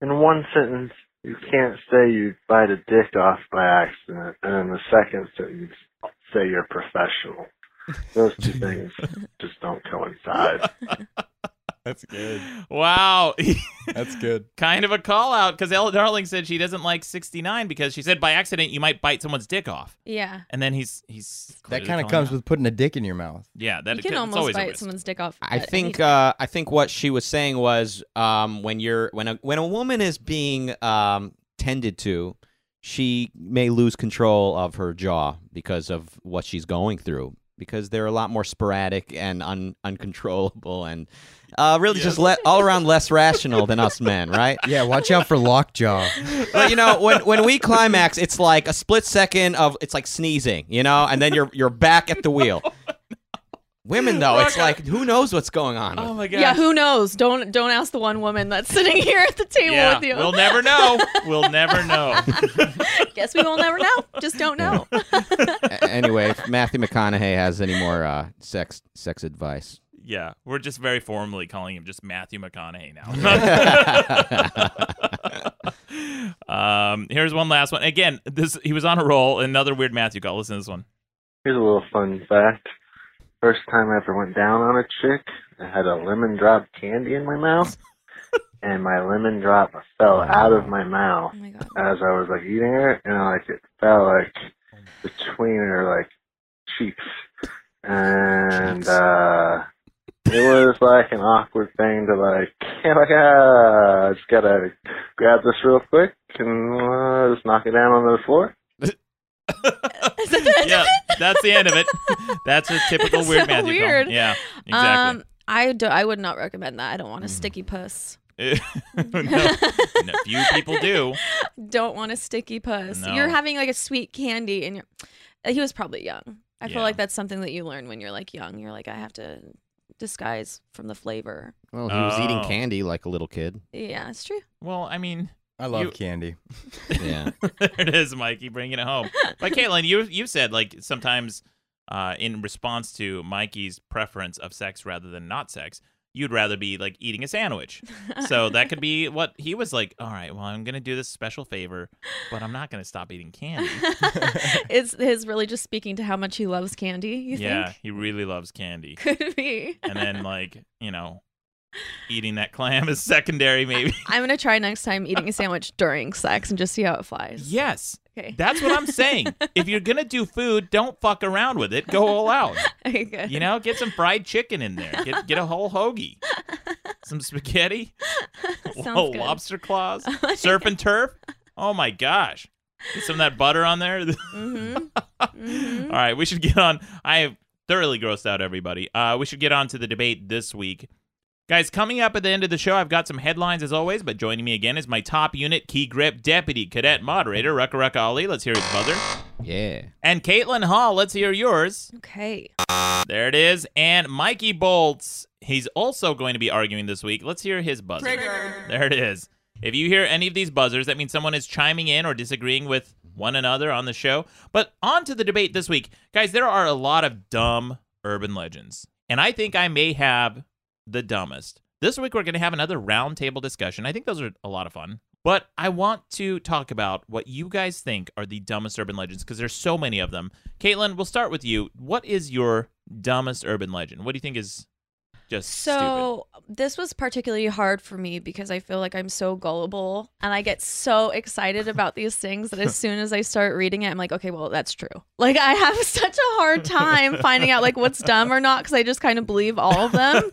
In one sentence, you can't say you bite a dick off by accident, and in the second sentence, say you're professional. Those two things just don't coincide.
That's good.
Wow. [laughs]
That's good.
kind of a call out because Ella Darling said she doesn't like 69 because she said by accident you might bite someone's dick off.
Yeah.
And then he's he's
That
clearly
kind of
calling
comes
out.
with putting a dick in your mouth.
yeah that
you can
it's
almost
always a
bite
risk.
someone's dick off.
I
at any
think
time.
uh, I think what she was saying was um, when you're when a when a woman is being um, tended to, she may lose control of her jaw because of what she's going through. Because they're a lot more sporadic and un- uncontrollable, and uh, really just le- all around less rational than us men, right?
Yeah, watch out for lockjaw.
But you know, when when we climax, it's like a split second of it's like sneezing, you know, and then you're you're back at the wheel. Women though, it's like who knows what's going on.
Oh my god.
Yeah, who knows? Don't don't ask the one woman that's sitting [laughs] here at the table
Yeah,
with you. [laughs]
we'll never know. We'll never know.
Guess we will never know. Just don't
[laughs]
know.
A- anyway, if Matthew McConaughey has any more uh, sex sex advice,
yeah, we're just very formally calling him just Matthew McConaughey
[laughs]
now. um, here's one last one. Again, this he was on a roll. Another weird Matthew call. Listen to this one.
Here's a little fun fact. First time I ever went down on a chick, I had a lemon drop candy in my mouth, and my lemon drop fell out of my mouth
Oh my god.
as I was like eating it, and like it fell like between her like cheeks, and uh, it was like an awkward thing to like, like ah, I just gotta grab this real quick and uh, just knock it down onto the floor.
[laughs] Is that the-
yeah, that's the end of it. That's a typical
That's
weird
so
Matthew
weird.
call. Yeah, [laughs] exactly.
Um, I do, I would not recommend that. I don't want a sticky puss.
Eh, [laughs] no,
[laughs]
no, few people do.
Don't want a sticky puss.
No.
You're having like a sweet candy, and you're. Uh, He was probably young. I
Yeah.
feel like that's something that you learn when you're like young. You're like, I have to disguise from the flavor.
well, he was eating
Oh.
candy like a little kid.
Yeah, it's true.
Well, I mean,
I love
You-
candy.
Yeah,
[laughs] there it is, Mikey, bringing it home. But Caitlin, you you said like sometimes uh, in response to Mikey's preference of sex rather than not sex, you'd rather be like eating a sandwich. So that could be what he was like. All right, well, I'm gonna do this special favor, but I'm not gonna stop eating candy. Mm.
it's his really just speaking to how much he loves candy. [laughs] You
yeah, he really loves candy,
think [laughs] could be.
and then like you know, eating that clam is secondary, maybe.
I'm gonna try next time eating a sandwich during sex and just see how it flies.
yes.
Okay.
That's what I'm saying. if you're gonna do food, don't fuck around with it. Go all out.
[laughs] okay, good.
You know, get some fried chicken in there. Get get a whole hoagie, some spaghetti,
[laughs] Sounds good.
lobster
[laughs]
claws, surf and turf. Oh my gosh, get some of that butter on there. [laughs]
hmm
All right, we should get on. I have thoroughly grossed out everybody. Uh, we should get on to the debate this week. Guys, coming up at the end of the show, I've got some headlines as always, but joining me again is my top unit key grip deputy cadet moderator, Rucka Rucka Ali. Let's hear his buzzer.
[laughs] yeah.
And Caitlin Hall, let's hear yours.
Okay.
There it is. And Mikey Bolts, he's also going to be arguing this week. Let's hear his buzzer. There it is. If you hear any of these buzzers, that means someone is chiming in or disagreeing with one another on the show. But on to the debate this week. Guys, there are a lot of dumb urban legends. And I think I may have the dumbest. This week, we're going to have another roundtable discussion. I think those are a lot of fun. But I want to talk about what you guys think are the dumbest urban legends because there's so many of them. Caitlin, we'll start with you. What is your dumbest urban legend? What do you think is just stupid?
So this was particularly hard for me because I feel like I'm so gullible and I get so excited about these
[laughs]
things that as soon as I start reading it, I'm like, okay, well, that's true. Like I have [laughs] such a hard time finding out like what's dumb or not because I just kind of believe all
[laughs]
of them.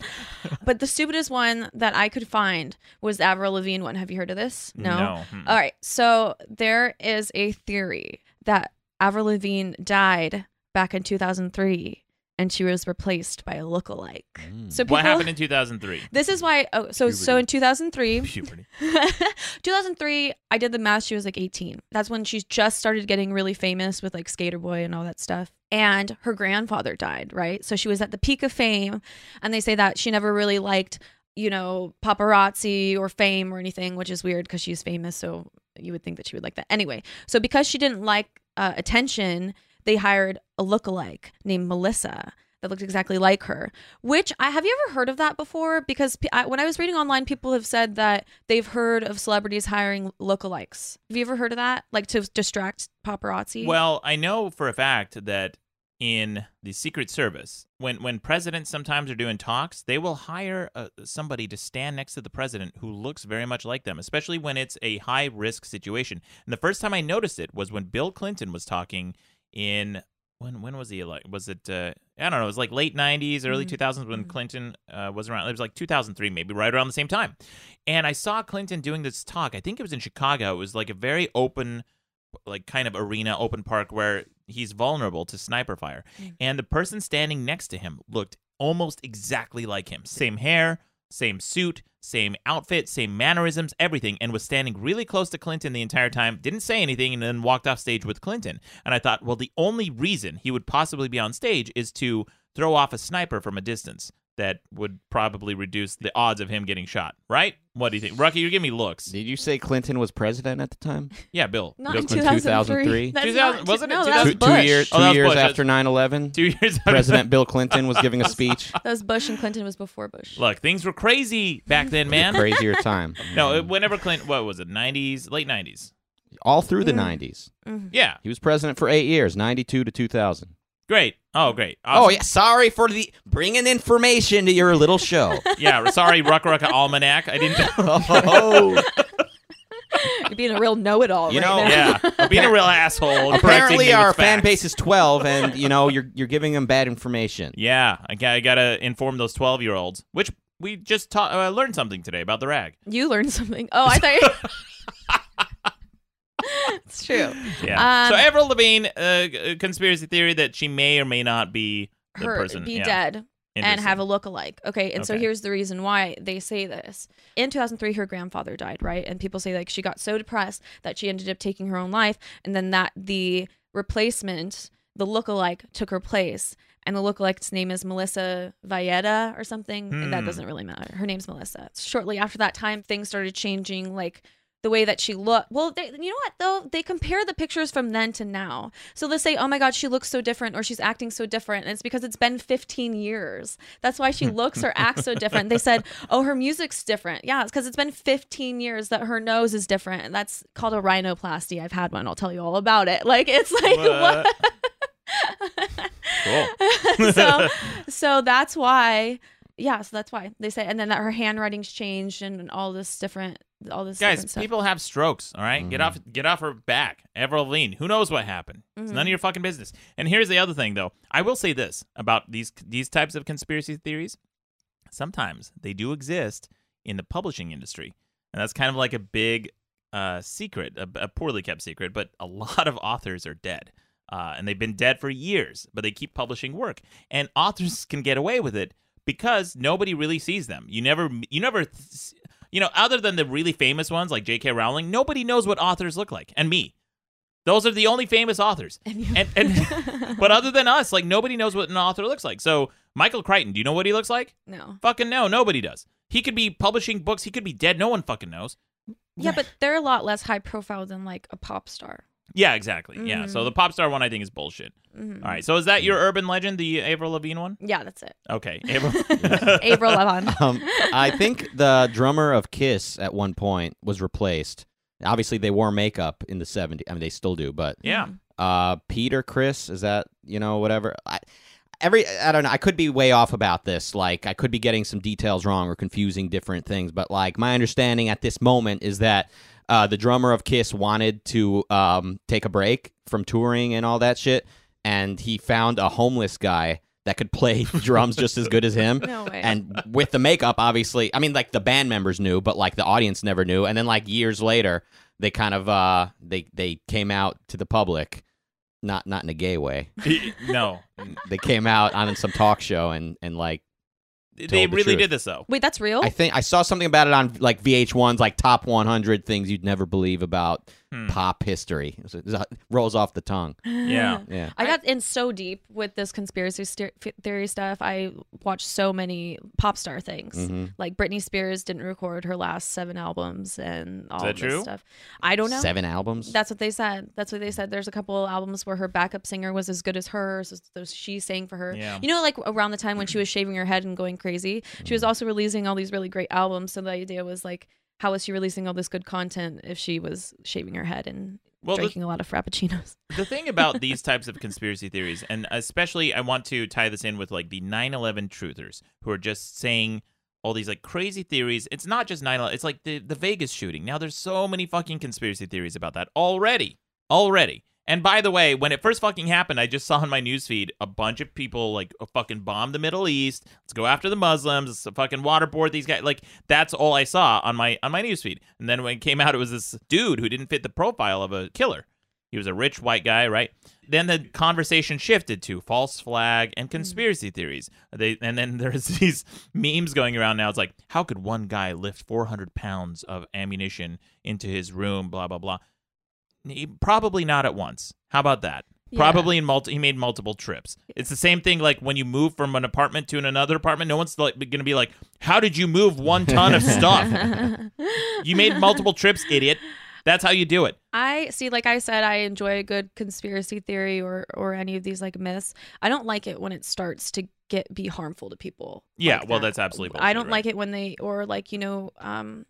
but the stupidest one that I could find was the Avril Lavigne one. Have you heard of this?
Hmm.
All right. So there is a theory that Avril Lavigne died back in 2003 and she was replaced by a lookalike. So people,
Mm. what happened in 2003?
[laughs] This is why. Oh, so so in [laughs] 2003,
Puberty.
2003, I did the math. She was like 18. That's when she just started getting really famous with like Skater Boy and all that stuff. And her grandfather died, right? So she was at the peak of fame. And they say that she never really liked, you know, paparazzi or fame or anything, which is weird because she's famous. So you would think that she would like that. Anyway, so because she didn't like uh, attention, they hired a lookalike named Melissa that looked exactly like her. Which I have you ever heard of that before? Because pe- I, when I was reading online, people have said that they've heard of celebrities hiring lookalikes. Have you ever heard of that? Like to distract paparazzi?
Well, I know for a fact that in the Secret Service, when when presidents sometimes are doing talks, they will hire uh, somebody to stand next to the president who looks very much like them, especially when it's a high risk situation. And the first time I noticed it was when Bill Clinton was talking in when when was he like was it uh, I don't know it was like late 90s early 2000s when Clinton uh, was around it was like 2003 maybe right around the same time and I saw Clinton doing this talk I think it was in Chicago it was like a very open like kind of arena open park where he's vulnerable to sniper fire and the person standing next to him looked almost exactly like him same hair same suit same outfit same mannerisms everything and was standing really close to clinton the entire time didn't say anything and then walked off stage with clinton and i thought well the only reason he would possibly be on stage is to throw off a sniper from a distance that would probably reduce the odds of him getting shot right what do you think rucky you're giving me looks
Did you say Clinton was president at the time?
yeah bill
Not
Bill
in
Clinton.
2003.
2003. That's
2000
not-
wasn't it
no, that
2000?
was
Two, two
Bush.
years,
Oh,
two
that was
years
Bush.
after 9 11,
two [laughs] years out of
President Bill Clinton was giving a speech.
That was Bush and Clinton was before Bush.
Look, things were crazy back then, man.
Crazier time.
[laughs] no, it- whenever Clinton, what was it, 90s, late 90s?
All through the
Mm.
90s.
Yeah,
He was president for eight years, 92 to 2000.
great. Oh, great.
Oh,
Awesome.
yeah. Sorry for the bringing information to your
[laughs]
little show.
yeah. sorry, Rucka Rucka Almanac. I
[laughs]
didn't
oh.
You're being a real know-it-all
You
right
know-
now.
Yeah, I'm being a real asshole. and correcting me
Oh. Apparently,
with
our fan
facts.
base is 12, and, you know, you're, you're giving them bad information.
Yeah, I got, I got to inform those 12 year olds, which we just taught, uh, learned something today about the rag.
[laughs] You learned something. Oh, I thought you.
[laughs]
it's true.
Yeah.
Um,
so, Avril Lavigne, uh, g- conspiracy theory that she may or may not be the
Her
person.
be
yeah.
dead and
Interesting.
have a look-alike. Okay, and so
Okay.
here's the reason why they say this. In 2003, her grandfather died, right? And people say like she got so depressed that she ended up taking her own life, and then that the replacement, the look-alike, took her place. And the look-alike's name is Melissa Valletta or something. and That
Hmm.
doesn't really matter. Her name's Melissa. Shortly after that time, things started changing. Like the way that she looked. Well, they, you know what though? They compare the pictures from then to now. So they'll say, "Oh my God, she looks so different," or "She's acting so different," and it's because it's been 15 years. That's why she looks or acts so different. They said, "Oh, her music's different." Yeah, it's because it's been 15 years that her nose is different, and that's called a rhinoplasty. I've had one. I'll tell you all about it. [laughs] Like it's like what? [laughs]
What? cool.
so so that's why yeah so that's why they say and then that her handwriting's changed and all this different all this
Guys,
different stuff.
people have strokes. All right? get off, get off her back, Avril Lavigne. Who knows what happened? It's
Mm-hmm.
none of your fucking business. And here's the other thing, though. I will say this about these these types of conspiracy theories. Sometimes they do exist in the publishing industry, and that's kind of like a big uh, secret, a, a poorly kept secret. But a [laughs] lot of authors are dead. Uh, and they've been dead for years, but they keep publishing work, and authors can get away with it because nobody really sees them. You never, you never th- you know, other than the really famous ones like J.K. Rowling, nobody knows what authors look like, and me. Those are the only famous authors.
And you-
And,
[laughs]
and but other than us, like nobody knows what an author looks like. So Michael Crichton, do you know what he looks like?
no
Fucking no, nobody does. He could be publishing books. He could be dead. No one fucking knows.
yeah [laughs] but they're a lot less high profile than like a pop star
Yeah, exactly. Yeah. So the pop star one, I think, is bullshit.
Mhm.
All right. So is that
Mm.
your urban legend, the Avril Lavigne one?
yeah that's it
Okay, Avril. [laughs]
Avril Lavigne
Um, I think the drummer of Kiss at one point was replaced. Obviously, they wore makeup in the 70s. I mean, they still do, but
yeah.
uh peter chris is that you know whatever i every i don't know i could be way off about this like i could be getting some details wrong or confusing different things but like my understanding at this moment is that uh the drummer of kiss wanted to um take a break from touring and all that shit and he found a homeless guy that could play [laughs] drums just as good as him
[laughs] no way
and with the makeup obviously i mean like the band members knew but like the audience never knew and then like years later they kind of uh they they came out to the public not not in a gay way
no,
they came out on some talk show and and like
they
the
really
truth.
did this though.
wait that's real
i think i saw something about it on like vh1's like top 100 things you'd never believe about
Hmm.
pop history it, was- it was- rolls off the tongue
Yeah.
yeah
I got in so deep with this conspiracy ster- f- theory stuff. I watched so many pop star things.
Mhm.
Like Britney Spears didn't record her last seven albums and all
that
this
true?
stuff. I don't know.
seven albums
That's what they said. That's what they said. There's a couple albums where her backup singer was as good as hers. as Those she sang for her.
Yeah.
You know, like around the time when she was shaving her head and going crazy, she
Mm.
was also releasing all these really great albums. So the idea was like, how was she releasing all this good content if she was shaving her head and
Well, the,
drinking a lot
[laughs]
of frappuccinos.
the thing about these types of conspiracy theories, and especially I want to tie this in with like the 9 11 truthers who are just saying all these like crazy theories. It's not just 9 11, it's like the, the Vegas shooting. Now there's so many fucking conspiracy theories about that already. Already. And by the way, when it first fucking happened, I just saw on my newsfeed a bunch of people like fucking bomb the Middle East. Let's go after the Muslims. Let's fucking waterboard these guys. Like that's all I saw on my on my newsfeed. And then when it came out, it was this dude who didn't fit the profile of a killer. He was a rich white guy, right? Then the conversation shifted to false flag
Mm.
and conspiracy theories. They and then [laughs] there's these memes going around now. It's like, how could one guy lift 400 pounds of ammunition into his room? Blah blah blah. He- Probably not at once. How about that?
Yeah.
Probably in multi. He made multiple trips. It's the same thing like when you move from an apartment to an- another apartment. No one's like gonna be like, how did you move one
[laughs]
ton of stuff? you made multiple trips, idiot. That's how you do it.
I see, like I said, I enjoy a good conspiracy theory or or any of these like myths. I don't like it when it starts to get be harmful to people.
Yeah,
like
well,
that.
that's absolutely. bullshit,
I don't
right?
like it when they or like you know, um,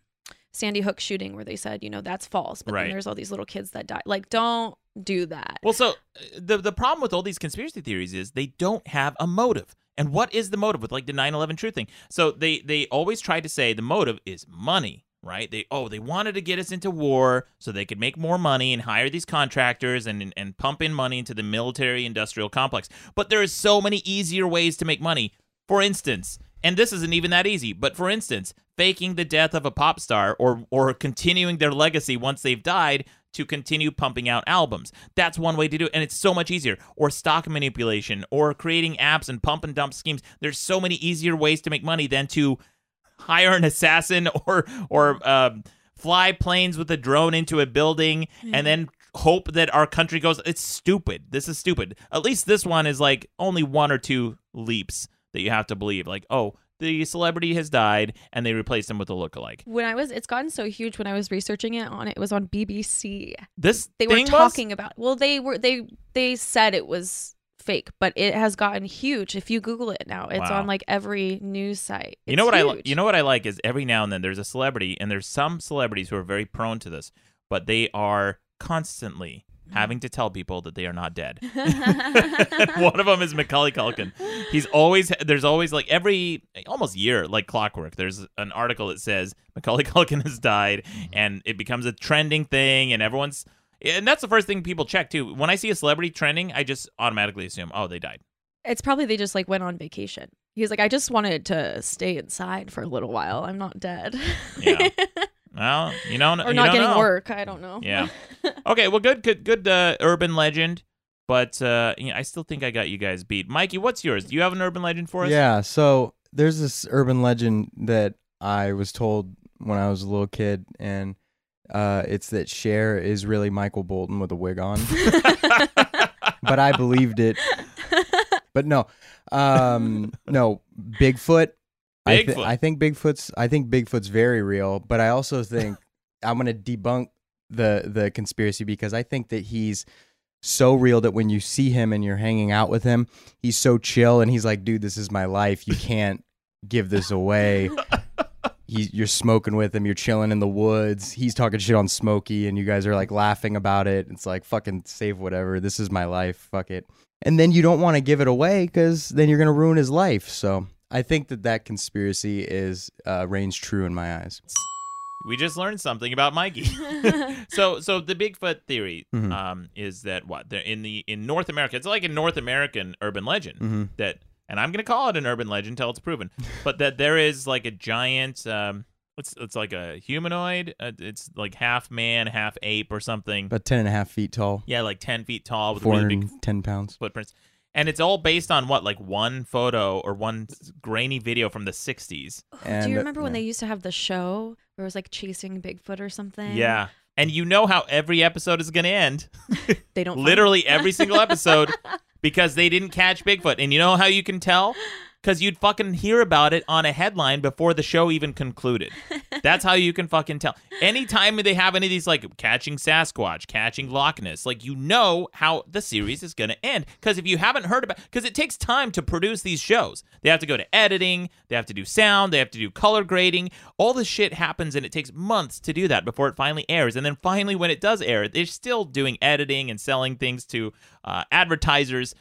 Sandy Hook shooting where they said you know that's false, but
Right.
then there's all these little kids that die. Like, don't do that.
Well, so uh, the the problem with all these conspiracy theories is they don't have a motive. And what is the motive with like the 9/11 truth thing? So they they always try to say the motive is money, right? They oh, they wanted to get us into war so they could make more money and hire these contractors and and, and pump in money into the military industrial complex. But there is so many easier ways to make money. For instance, and this isn't even that easy, but for instance, faking the death of a pop star or or continuing their legacy once they've died to continue pumping out albums. That's one way to do it, and it's so much easier. Or stock manipulation, or creating apps and pump and dump schemes. There's so many easier ways to make money than to hire an assassin [laughs] or or um, fly planes with a drone into a building and then hope that our country goes. It's stupid. This is stupid. At least this one is like only one or two leaps that you have to believe. Like, oh, the celebrity has died, and they replaced him with a lookalike.
When I was, it's gotten so huge. When I was researching it on, it was on BBC.
This
They were
thing was-
talking about. Well, they were they they said it was fake, but it has gotten huge. If you Google it now, it's
Wow.
on like every news site.
You
It's
know what I li-
huge.
you know what I like is every now and then there's a celebrity and there's some celebrities who are very prone to this, but they are constantly having to tell people that they are not
[laughs]
dead. [laughs] One of them is Macaulay Culkin. He's always there's always like every almost year like clockwork. There's an article that says Macaulay [laughs] Culkin has died,
Mm-hmm.
and it becomes a trending thing, and everyone's and that's the first thing people check too. When I see a celebrity trending, I just automatically assume, oh, they died.
It's probably they just like went on vacation. He was like, I just wanted to stay inside for a little while. I'm not dead. [laughs]
Yeah. Well, you know,
or
you
not
don't
getting
know.
work. I don't know.
Yeah. Okay, well, good, good, good. Uh, urban legend, but uh, you know, I still think I got you guys beat. Mikey, what's yours? Do you have an urban legend for us?
Yeah, so there's this urban legend that I was told when I was a little kid, and uh, it's that Cher is really Michael Bolton with a wig on. but I believed it. But no, um, no, Bigfoot. I, thi-
Bigfoot.
I think Bigfoot's. I think Bigfoot's very real, but I also think I'm gonna debunk the the conspiracy because I think that he's so real that when you see him and you're hanging out with him, he's so chill and he's like, dude, this is my life. You can't give this away. He, you're smoking with him. You're chilling in the woods. He's talking shit on Smokey, and you guys are like laughing about it. It's like fucking save whatever. This is my life. Fuck it. And then you don't want to give it away because then you're gonna ruin his life. So I think that that conspiracy is uh, reigns true in my eyes.
We just learned something about Mikey. [laughs] so, so the Bigfoot theory
Mhm.
um, is that what They're in the in North America, it's like a North American urban legend
Mhm.
that, and I'm gonna call it an urban legend until it's
[laughs]
proven, but that there is like a giant. Um, it's, it's like a humanoid. Uh, it's like half man, half ape, or something.
About ten and a half feet tall,
yeah, like ten feet tall with a
four
really
hundred
big
and ten pounds.
footprints. And it's all based on what, like one photo or one s- grainy video from the 60s.
Do
[laughs] And,
you
uh,
remember when
yeah.
they used to have the show where it was like chasing Bigfoot or something?
Yeah. And you know how every episode is going to end.
[laughs]
[laughs]
They don't find- [laughs]
Literally every single episode because they didn't catch Bigfoot. And you know how you can tell? because you'd fucking hear about it on a headline before the show even
[laughs]
concluded. That's how you can fucking tell. Anytime they have any of these, like catching Sasquatch, catching Loch Ness, like you know how the series is going to end. Because if you haven't heard about, because it takes time to produce these shows, they have to go to editing, they have to do sound, they have to do color grading. All this shit happens, and it takes months to do that before it finally airs. And then finally, when it does air, they're still doing editing and selling things to uh, advertisers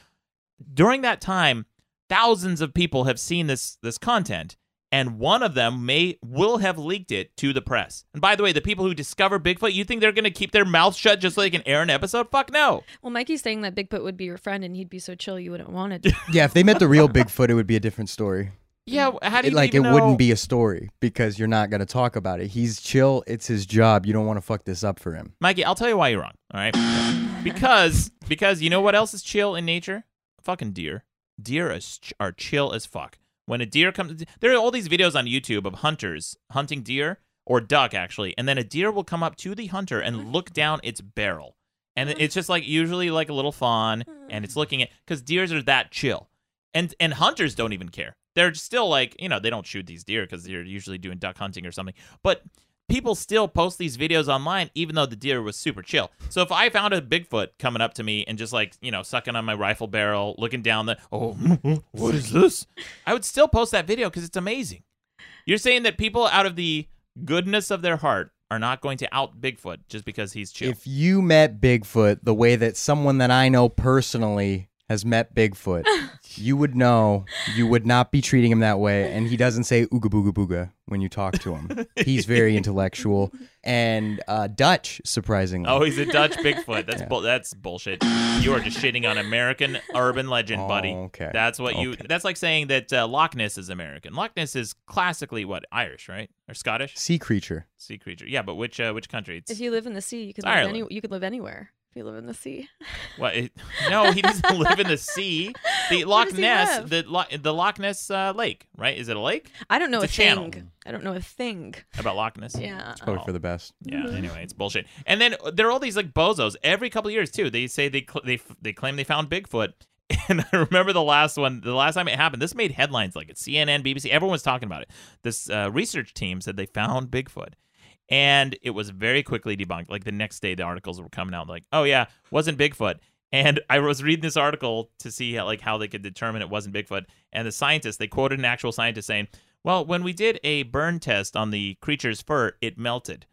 during that time thousands of people have seen this this content and one of them may will have leaked it to the press and by the way the people who discover bigfoot you think they're going to keep their mouth shut just so they can air an episode fuck no
Well, Mikey's saying that Bigfoot would be your friend and he'd be so chill you wouldn't
[laughs]
want it.
Yeah, if they met the real Bigfoot, it would be a different story.
yeah how do
It,
you
like it
even know-
wouldn't be a story because you're not going to talk about it. He's chill. It's his job. You don't want to fuck this up for him.
mikey i'll tell you why you're wrong all right because because you know what else is chill in nature fucking deer deer is, ch- are chill as fuck when a deer comes there are all these videos on youtube of hunters hunting deer or duck actually and then a deer will come up to the hunter and look down its barrel and it- it's just like usually like a little fawn and it's looking at because deers are that chill and and hunters don't even care they're still like you know they don't shoot these deer because they're usually doing duck hunting or something but people still post these videos online even though the deer was super chill so if i found a bigfoot coming up to me and just like you know sucking on my rifle barrel looking down the oh [laughs] what is this i would still post that video because it's amazing you're saying that people out of the goodness of their heart are not going to out bigfoot just because he's chill
If you met Bigfoot the way that someone that I know personally has met Bigfoot, you would know you would not be treating him that way. And he doesn't say ooga booga booga when you talk to him. He's very intellectual and uh, Dutch, surprisingly.
Oh, he's a Dutch Bigfoot.
[laughs]
That's bull that's bullshit. You are just shitting on American urban legend,
Oh,
buddy.
okay.
That's what you.
Okay.
That's like saying that uh, Loch Ness is American. Loch Ness is classically what Irish, right, or Scottish
Sea creature.
sea creature. Yeah, but which uh, which country? It's
if you live in the sea, you could
It's
live
Ireland.
any, you could live anywhere. If you live in the sea,
[laughs] what? It, no, he doesn't live in the sea. The
[laughs] Where
Loch
does he
Ness,
live?
the Lo- the Loch Ness uh, lake, right? Is it a lake?
I don't know
It's
a,
a
thing.
channel.
I don't know
[laughs]
a thing.
About Loch Ness?
Yeah.
Probably
Oh.
for
[laughs]
the best.
Yeah. Anyway, it's bullshit. And then uh, there are all these like bozos every couple of years too. They say they cl- they f- they claim they found Bigfoot. [laughs] And I remember the last one, the last time it happened, this made headlines like at CNN, BBC, everyone was talking about it. This uh, research team said they found Bigfoot, and it was very quickly debunked. Like the next day, the articles were coming out like, "Oh yeah, wasn't Bigfoot." And I was reading this article to see how, like how they could determine it wasn't Bigfoot. And the scientist, they quoted an actual scientist saying, "Well, when we did a burn test on the creature's fur, it melted."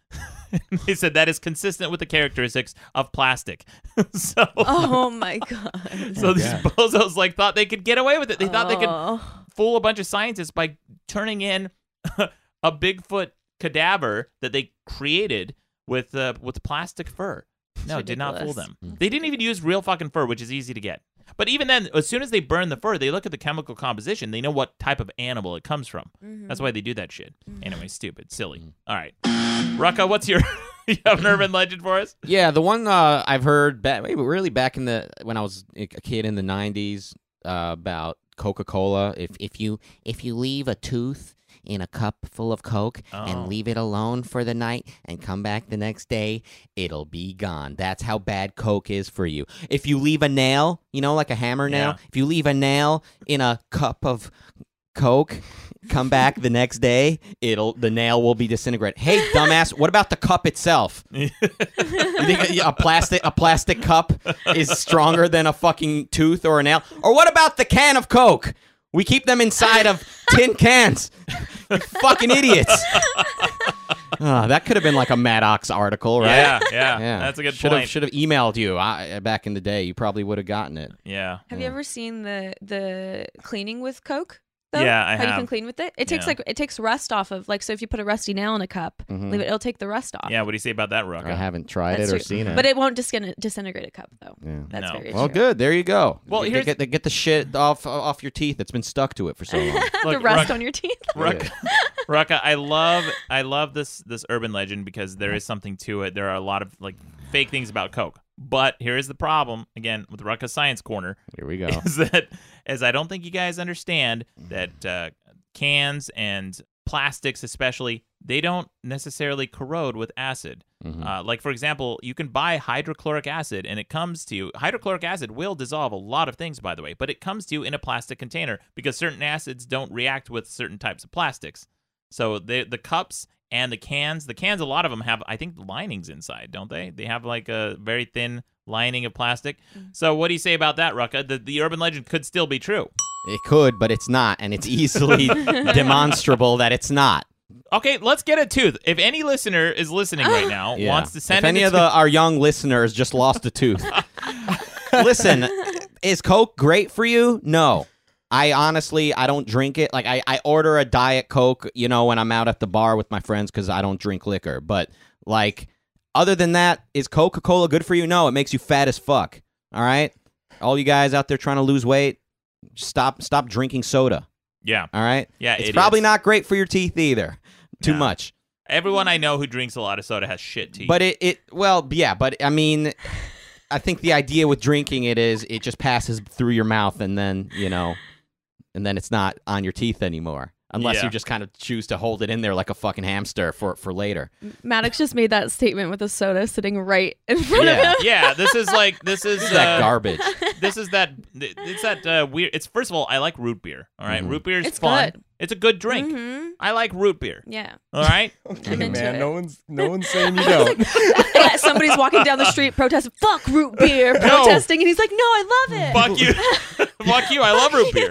[laughs] they said that is consistent with the characteristics of plastic. [laughs] so,
Oh my god.
so these bozos like thought they could get away with it. They thought they could
Oh.
fool a bunch of scientists by turning in [laughs] a Bigfoot cadaver that they created with uh, with plastic fur. No, it did not fool
ridiculous.
them. They didn't even use real fucking fur, which is easy to get. But even then, as soon as they burn the fur, they look at the chemical composition. They know what type of animal it comes from. That's why they do that shit. Anyway, stupid, silly. All right, Rucka, what's your [laughs] you have an urban legend for us?
Yeah, the one uh, I've heard back, maybe really back in the when I was a kid in the '90s uh, about Coca-Cola. If if you if you leave a tooth in a cup full of Coke
Oh.
and leave it alone for the night and come back the next day, it'll be gone. That's how bad Coke is for you. If you leave a nail, you know, like a hammer nail.
Yeah.
If you leave a nail in a cup of Coke. Come back the next day, it'll the nail will be disintegrated. Hey, dumbass, what about the cup itself? You think a, a plastic a plastic cup is stronger than a fucking tooth or a nail? Or what about the can of Coke? We keep them inside of tin cans. You fucking idiots. Ah, that could have been like a Maddox article, right?
Yeah, yeah, that's a good
should
point.
Have, should have emailed you I, back in the day. You probably would have gotten it.
yeah,
Have you ever seen the the cleaning with Coke? Though?
Yeah, I
How you
have.
can clean with it? It takes
Yeah.
like it takes rust off of like so if you put a rusty nail in a cup,
Mm-hmm.
leave it, it'll take the rust off.
yeah. What do you say about that,
I
Rucka?
haven't tried
That's
it or
true.
seen it.
But it won't disgin- disintegrate a cup though.
Yeah.
That's
No.
very
well,
true.
good. There you go.
Well,
They
here's-
get, they get the shit off off your teeth that's been stuck to it for
[laughs]
so long.
the
Look,
rust
Rucka-
on your teeth. [laughs]
Rucka, [laughs] Rucka, I love I love this this urban legend because there is something to it. There are a lot of like fake things about Coke. But here is the problem again with Rucka Science Corner [laughs]
Here we go.
is that as I don't think you guys understand that uh, cans and plastics especially they don't necessarily corrode with acid.
Mm-hmm.
Uh, like, for example, you can buy hydrochloric acid and it comes to you. Hydrochloric acid will dissolve a lot of things, by the way, but it comes to you in a plastic container because certain acids don't react with certain types of plastics. So the the cups and the cans, the cans, a lot of them have, I think, linings inside, don't they? They have like a very thin lining of plastic.
Mm.
So what do you say about that, Rucka? The, the urban legend could still be true.
It could, but it's not, and
[laughs]
it's easily demonstrable that it's not.
Okay, let's get a tooth. If any listener is listening
[gasps]
right now,
Yeah.
wants to send
if any
in a
of the, our young listeners just lost
[laughs]
a tooth. Listen, is Coke great for you? No. I honestly, I don't drink it. Like, I, I order a Diet Coke, you know, when I'm out at the bar with my friends because I don't drink liquor. But, like, other than that, is Coca Cola good for you? No, it makes you fat as fuck. All right? All you guys out there trying to lose weight, stop stop drinking soda.
yeah.
All right?
Yeah,
It's
idiots.
probably not great for your teeth either. Too
Nah.
much.
Everyone
Mm.
I know who drinks a lot of soda has shit teeth.
But it, it well, yeah, but I mean, I think the idea with drinking it is it just passes through your mouth and then, you know, and then it's not on your teeth anymore. Unless
Yeah.
you just kind of choose to hold it in there like a fucking hamster for for later.
Maddox just made that statement with a soda sitting right in front of
Yeah.
him.
[laughs] yeah, this is like this is
that
uh,
garbage.
This is that th- it's that uh, weird. It's first of all, I like root beer. All right?
Mhm.
root beer is
It's
fun.
good.
It's a good drink.
hmm
I like root beer.
Yeah.
All right,
Okay,
into
man.
it.
No one's no one's saying you don't.
Yeah, somebody's walking down the
[laughs]
street protesting, fuck root beer, protesting, and he's like, no, I love it.
fuck
[laughs]
you, [laughs] fuck you. I love root beer.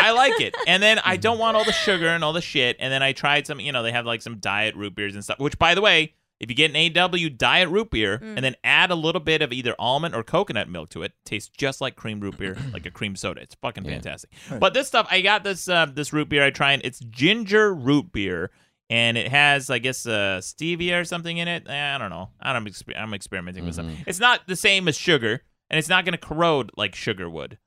I like it, and then I don't want all the sugar and all the shit. And then I tried some. You know, they have like some diet root beers and stuff. Which, by the way. If you get an AW diet root beer and then add a little bit of either almond or coconut milk to it, tastes just like cream root beer, [clears throat] like a cream soda. It's fucking
Yeah.
fantastic. But this stuff, I got this uh, this root beer. I try and it's ginger root beer, and it has, I guess, uh, stevia or something in it. Eh, I don't know. I don't, exper- I'm experimenting with something. It's not the same as sugar, and it's not going to corrode like sugar would.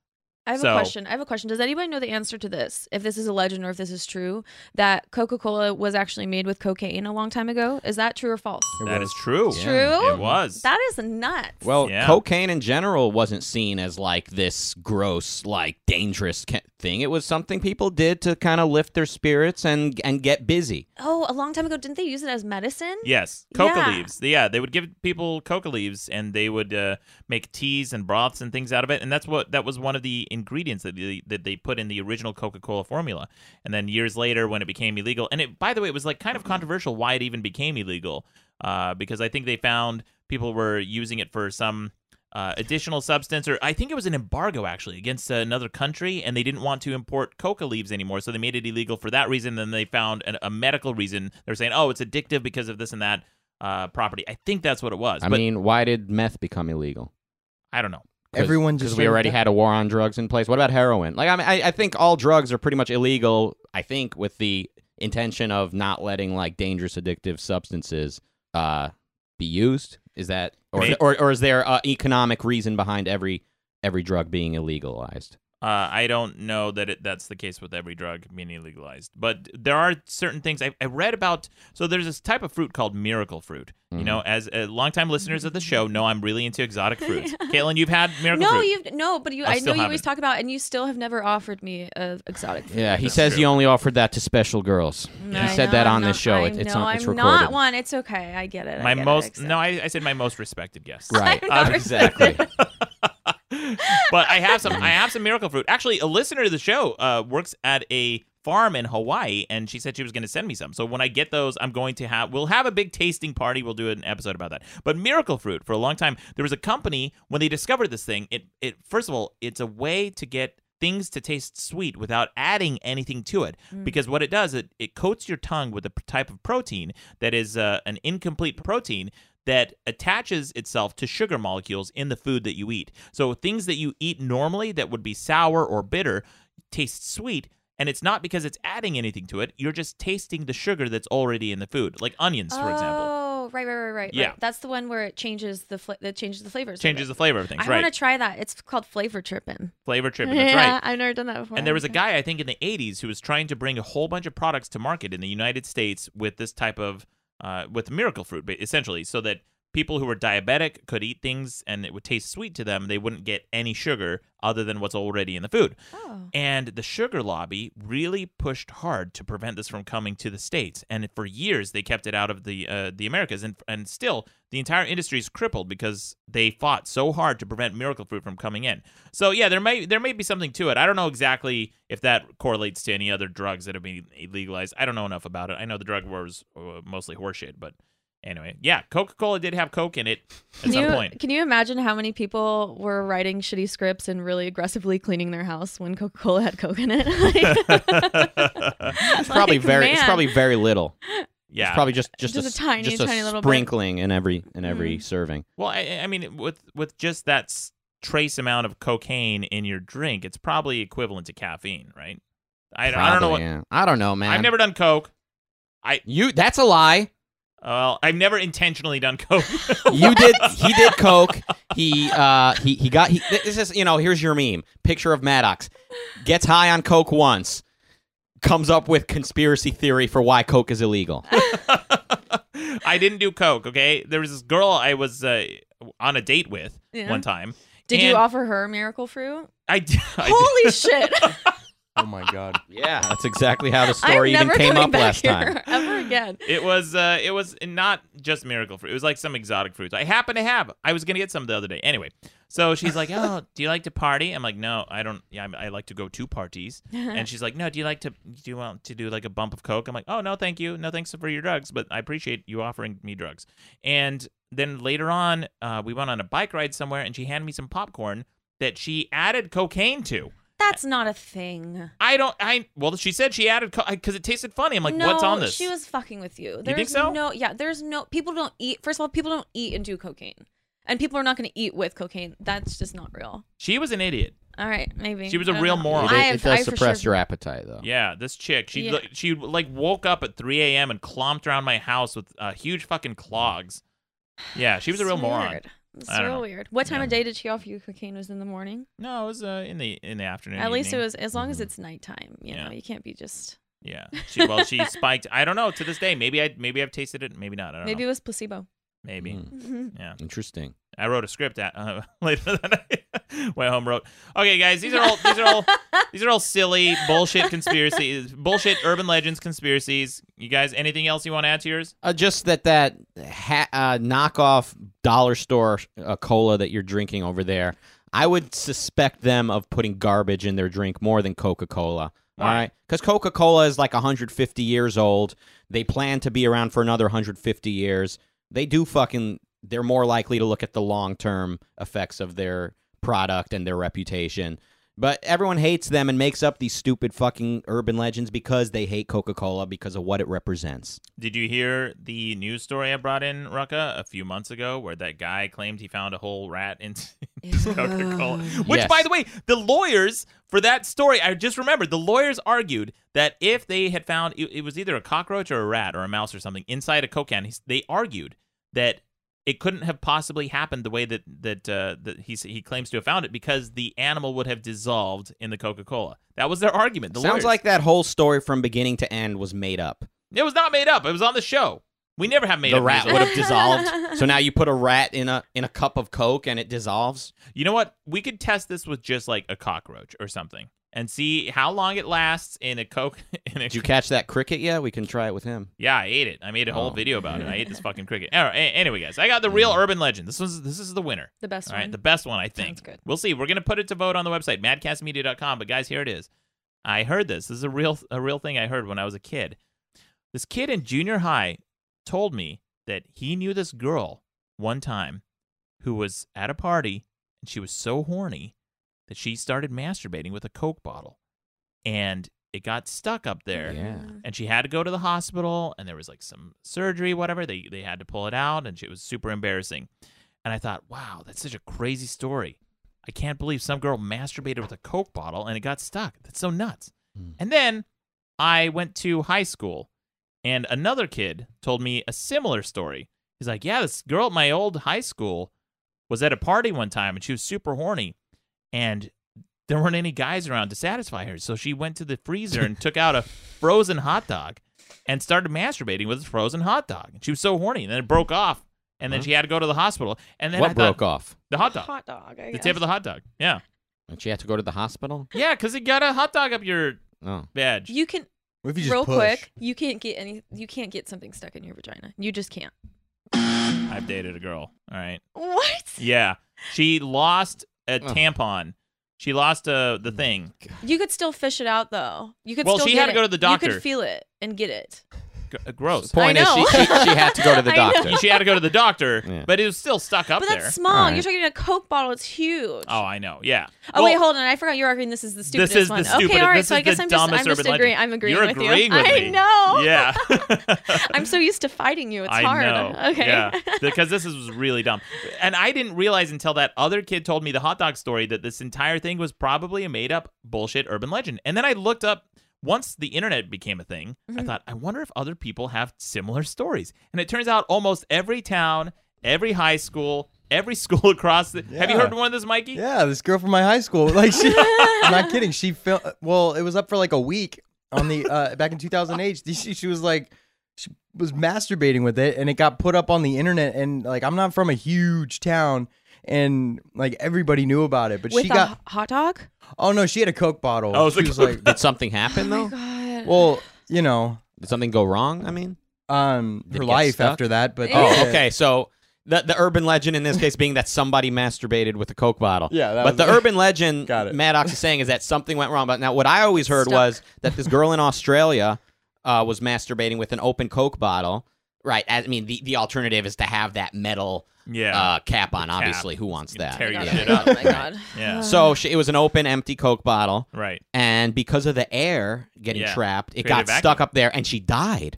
I have
So-
a question. I have a question. Does anybody know the answer to this? If this is a legend or if this is true, that Coca Cola was actually made with cocaine a long time ago? Is that true or false?
That is true.
Yeah.
True?
It was.
That is nuts.
Well,
Yeah.
cocaine in general wasn't seen as like this gross, like dangerous ca- thing. It was something people did to kind of lift their spirits and and get busy.
oh, a long time ago, didn't they use it as medicine?
Yes, coca
Yeah.
leaves. Yeah, they would give people coca leaves, and they would uh, make teas and broths and things out of it. And that's what that was one of the ingredients that they, that they put in the original Coca Cola formula. And then years later, when it became illegal, and it by the way, it was like kind of controversial why it even became illegal, uh, because I think they found people were using it for some. Uh, additional substance, or I think it was an embargo actually against another country, and they didn't want to import coca leaves anymore, so they made it illegal for that reason. Then they found an, a medical reason. They're saying, "Oh, it's addictive because of this and that." uh, property. I think that's what it was.
I
but
mean, why did meth become illegal?
I don't know.
Everyone just
because we already
went-
had a war on drugs in place. What about heroin? Like, I mean, I, I think all drugs are pretty much illegal. I think with the intention of not letting like dangerous addictive substances uh, be used. Is that or
May-
or, or is there uh, economic reason behind every every drug being illegalized?
Uh, I don't know that it, that's the case with every drug being legalized, but there are certain things I, I read about. So there's this type of fruit called miracle fruit. You
Mhm.
know, as uh, longtime listeners of the show know, I'm really into exotic
[laughs]
fruits. Caitlin, you've had miracle
No,
fruit.
you've no, but you.
I
I, know
still
you always
haven't.
talk about, and you still have never offered me a exotic. Food.
Yeah, he
That's
says
true.
he only offered that to special girls.
I
He said
know
that
I'm
on this
not-
show.
I
It- it's
know
on, it's
I'm
recorded.
not one. [laughs] It's okay. I get it. I
My
get it,
most
accept.
no, I, I said my most respected guest.
Right.
I'm not
Um,
Exactly.
[laughs] but I have some. I have some miracle fruit. Actually, a listener to the show uh, works at a farm in Hawaii, and she said she was going to send me some. So when I get those, I'm going to have. We'll have a big tasting party. We'll do an episode about that. But miracle fruit for a long time, there was a company when they discovered this thing. It it first of all, it's a way to get things to taste sweet without adding anything to it
Mm.
because what it does it, it coats your tongue with a p- type of protein that is uh, an incomplete protein that attaches itself to sugar molecules in the food that you eat so things that you eat normally that would be sour or bitter taste sweet and it's not because it's adding anything to it you're just tasting the sugar that's already in the food like onions for example
Oh, right, right, right, right, right.
Yeah.
that's the one where it changes the fla- that changes the flavors. of
changes
it.
the flavor of things
I
right
want to try that. It's called flavor
[laughs]
tripping. [laughs]
flavor tripping that's
yeah,
right
I've never done that before.
And there was a
Okay.
guy, I think, in the 80s who was trying to bring a whole bunch of products to market in the United States with this type of, uh, with miracle fruit, ba- essentially, so that people who were diabetic could eat things and it would taste sweet to them. They wouldn't get any sugar other than what's already in the food.
Oh.
And the sugar lobby really pushed hard to prevent this from coming to the states. And for years, they kept it out of the uh, the Americas. And and still, the entire industry is crippled because they fought so hard to prevent miracle fruit from coming in. So yeah, there may there may be something to it. I don't know exactly if that correlates to any other drugs that have been legalized. I don't know enough about it. I know the drug war was uh, mostly horseshit, but anyway, yeah, Coca Cola did have coke in it at
Can
some
you,
point.
can you imagine how many people were writing shitty scripts and really aggressively cleaning their house when Coca Cola had
[laughs]
Coke in it? [laughs]
It's probably very. It's probably very little.
yeah,
It's probably just just,
Just a
s-
tiny,
just a
tiny little bit. Mm-hmm.
sprinkling in every in every serving.
Well, I, I mean, with with just that s- trace amount of cocaine in your drink, it's probably equivalent to caffeine, right? I, I don't know.
Probably,
What,
yeah. I don't know, man.
I've never done coke.
You. That's a lie.
Well, I've never intentionally done coke.
You did. He did coke. He uh he he got. He, this is you know. Here's your meme. Picture of Maddox. Gets high on coke once. Comes up with conspiracy theory for why coke is illegal.
[laughs] I didn't do coke. Okay, there was this girl I was uh, on a date with
Yeah.
one time.
Did you
and
offer her miracle fruit?
I, d- [laughs] I d-
Holy shit!
[laughs] Oh my god.
Yeah, that's exactly how the
I'm
story even
never
came
coming
up
back
last
here
time.
[laughs] ever again.
It was uh, it was not just miracle fruit. It was like some exotic fruits. I happen to have. I was gonna get some the other day. Anyway, so she's like,
[laughs]
"Oh, do you like to party?" I'm like, "No, I don't. Yeah, I'm- I like to go to
[laughs]
parties." and she's like, "No, do you like to do you want to do like a bump of coke?" I'm like, "Oh, no, thank you. No, thanks for your drugs, but I appreciate you offering me drugs." And then later on, uh, we went on a bike ride somewhere, and she handed me some popcorn that she added cocaine to.
That's not a thing.
I don't. I well, she said she added because it tasted funny. I'm like,
no,
"What's on this?"
She was fucking with you. There's
think so?
No, yeah. There's no people don't eat. First of all, people don't eat and do cocaine, and people are not going to eat with cocaine. That's just not real.
she was an idiot.
All right, maybe
She was a
I don't
real
know.
moron.
It,
I
it
have-
does
I for
suppress
sure-
your appetite, though.
Yeah, this chick, she
Yeah.
like she like woke up at 3 a.m. and clomped around my house with uh, huge fucking clogs. Yeah, she was a
It's
real moron.
weird. It's
I don't
real
know.
weird. What time
Yeah.
of day did she offer you cocaine? Was it in the morning?
No, it was uh, in the in the afternoon.
At least it
evening. Mm-hmm.
was as long as it's nighttime. You
Yeah.
know, you can't be just.
Yeah. She well,
[laughs]
she spiked. I don't know. To this day, maybe I maybe I've tasted it, maybe not. I don't
Maybe
know.
it was placebo. [laughs]
Maybe.
Hmm.
Mm,
Yeah.
interesting.
I wrote a script at, uh, [laughs] later that night. [laughs] Went home wrote. Okay, guys, these are all these are
[laughs]
all these are all silly bullshit conspiracies, bullshit urban legends conspiracies. You guys, anything else you want to add to yours?
Uh, just that that ha- uh, knockoff dollar store uh, cola that you're drinking over there. I would suspect them of putting garbage in their drink more than Coca Cola. All
Why?
right, because Coca Cola is like 150 years old. They plan to be around for another 150 years. They do fucking. They're more likely to look at the long term effects of their product and their reputation. But everyone hates them and makes up these stupid fucking urban legends because they hate Coca Cola because of what it represents.
Did you hear the news story I brought in, Rucka, a few months ago, where that guy claimed he found a whole rat in [laughs] Coca Cola? Which,
Yes.
by the way, the lawyers for that story, I just remembered, the lawyers argued that if they had found it, it was either a cockroach or a rat or a mouse or something inside a Coke can, he's- they argued that it couldn't have possibly happened the way that that, uh, that he s- he claims to have found it because the animal would have dissolved in the Coca Cola. That was their argument. The
Sounds
lawyers.
like that whole story from beginning to end was made up.
it was not made up. It was on the show. We never have made
the
up
rat
news.
would have
[laughs]
dissolved. So now you put a rat in a in a cup of Coke and it dissolves.
You know what? We could test this with just like a cockroach or something and see how long it lasts in a coke [laughs] in a
Did you catch that cricket yet? We can try it with him.
Yeah, I ate it. I made a whole
Oh. Mm.
video about it. I ate this
[laughs]
fucking cricket. All right, a- anyway, guys, I got the real urban legend. This was this is the winner.
The best
All right,
one.
the best one I think.
Sounds good.
We'll see. We're gonna put it to vote on the website madcastmedia.com. But guys, here it is. I heard this. This is a real a real thing I heard when I was a kid. This kid in junior high told me that he knew this girl one time who was at a party and she was so horny that she started masturbating with a coke bottle, and it got stuck up there
Yeah.
and she had to go to the hospital and there was like some surgery whatever they they had to pull it out and she, it was super embarrassing and i thought wow that's such a crazy story i can't believe some girl masturbated with a coke bottle and it got stuck that's so nuts and then i went to high school and another kid told me a similar story he's like yeah this girl at my old high school was at a party one time and she was super horny and there weren't any guys around to satisfy her. So she went to the freezer and took
[laughs]
out a frozen hot dog and started masturbating with a frozen hot dog. And she was so horny. And then it broke off. and then she had to go to the hospital. And then I
what
thought-
broke off?
The hot
Oh,
dog.
Hot dog. I
the
guess.
tip of the hot dog. Yeah.
And she had to go to the hospital.
Yeah, because you got a hot dog up your
Oh,
badge.
You can
What if you just
real
push?
quick. You can't get any. You can't get something stuck in your vagina. You just can't.
I've dated a girl. All right.
What?
Yeah. She lost a
Oh.
tampon. She lost uh, the thing.
You could still fish it out though. You could.
Well,
still
she
get
had to
it.
go to the
You
doctor.
could feel it and get it.
G- uh, gross.
point
I
is she,
know.
she, she had to go to the
[laughs] I know.
doctor.
she had to go to the doctor,
Yeah.
but it was still stuck up
but
there.
that's small.
Alright.
You're talking about a Coke bottle. It's huge.
oh, I know. Yeah.
Oh,
Well,
wait, hold on. I forgot you're arguing. This is the stupidest
is the
one. okay,
stupidest-
all right.
this
so
is
I guess
the
I'm just, I'm
dumbest
just
urban
agreeing.
legend.
I'm agreeing
You're
with
agreeing
you.
with
I
me.
know.
Yeah.
[laughs]
[laughs]
I'm so used to fighting you. It's
I
hard.
know.
[laughs] Okay.
Yeah. Because this is was really dumb. And I didn't realize until that other kid told me the hot dog story that this entire thing was probably a made up bullshit urban legend. And then I looked up once the internet became a thing, I
Mhm.
thought, I wonder if other people have similar stories. And it turns out almost every town, every high school, every [laughs] school across the Have you
Yeah.
heard one of this, Mikey?
Yeah, this girl from my high school. Like she, I'm not kidding. She felt well. It was up for like a week on the uh, back in 2008. She, she was like, she was masturbating with it, and it got put up on the internet. And like, I'm not from a huge town, and like everybody knew about it. But
With
she
a
got
h- hot dog?
oh no, she had a coke bottle.
Oh, it's
she
a
was
Coke-
[laughs]
like,
Did something happen
Oh, my
though?
God.
well, you know,
Did something go wrong? I mean.
um,
Did it
her
get
life
stuck?
after that. But
Oh,
yeah.
okay. So the the urban legend in this case being that somebody masturbated with a Coke bottle.
Yeah, that
but
was-
the urban legend
[laughs] Got it.
Maddox is saying is that something went wrong. But now what I always heard
Stuck.
was that this
[laughs]
girl in Australia uh, was masturbating with an open Coke bottle. Right. I mean, the, the alternative is to have that metal
Yeah.
uh, cap on.
cap.
Obviously, who wants
You can
that?
tear
Oh my
your
God.
shit
[laughs]
Oh my
up.
God.
yeah.
So she, it was an open, empty Coke bottle,
Right.
and because of the air getting
Yeah.
trapped, it
Created a
got
vacuum.
stuck up there, and she died.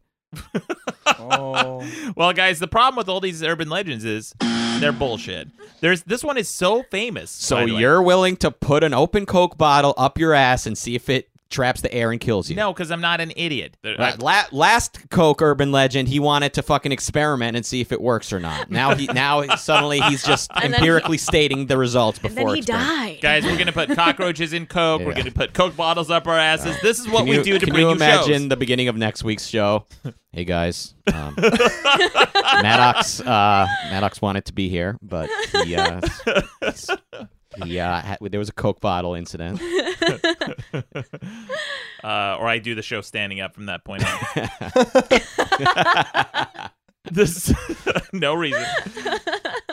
Oh.
Well, guys, the problem with all these urban legends is they're bullshit. There's this one is so famous.
So
by the way.
you're willing to put an open Coke bottle up your ass and see if it traps the air and kills you?
no, because I'm not an idiot. There-
Right, la- last Coke urban legend, he wanted to fucking experiment and see if it works or not. Now he [laughs] now suddenly he's just
And then
empirically stating the results before.
And then he
experiment.
died.
Guys, we're gonna put
[laughs]
cockroaches in coke. We're
Yeah.
gonna put coke bottles up our asses. This is what
Can
we
you-
do to
can
bring
you
you
imagine
shows.
the beginning of next week's [laughs] show? Hey guys, um, [laughs] Maddox uh, Maddox wanted to be here, but he [laughs] uh, he's- he uh, had, there was a Coke bottle incident.
Uh, or I do the show standing up from that point
[laughs]
on. [laughs] this [laughs] no reason.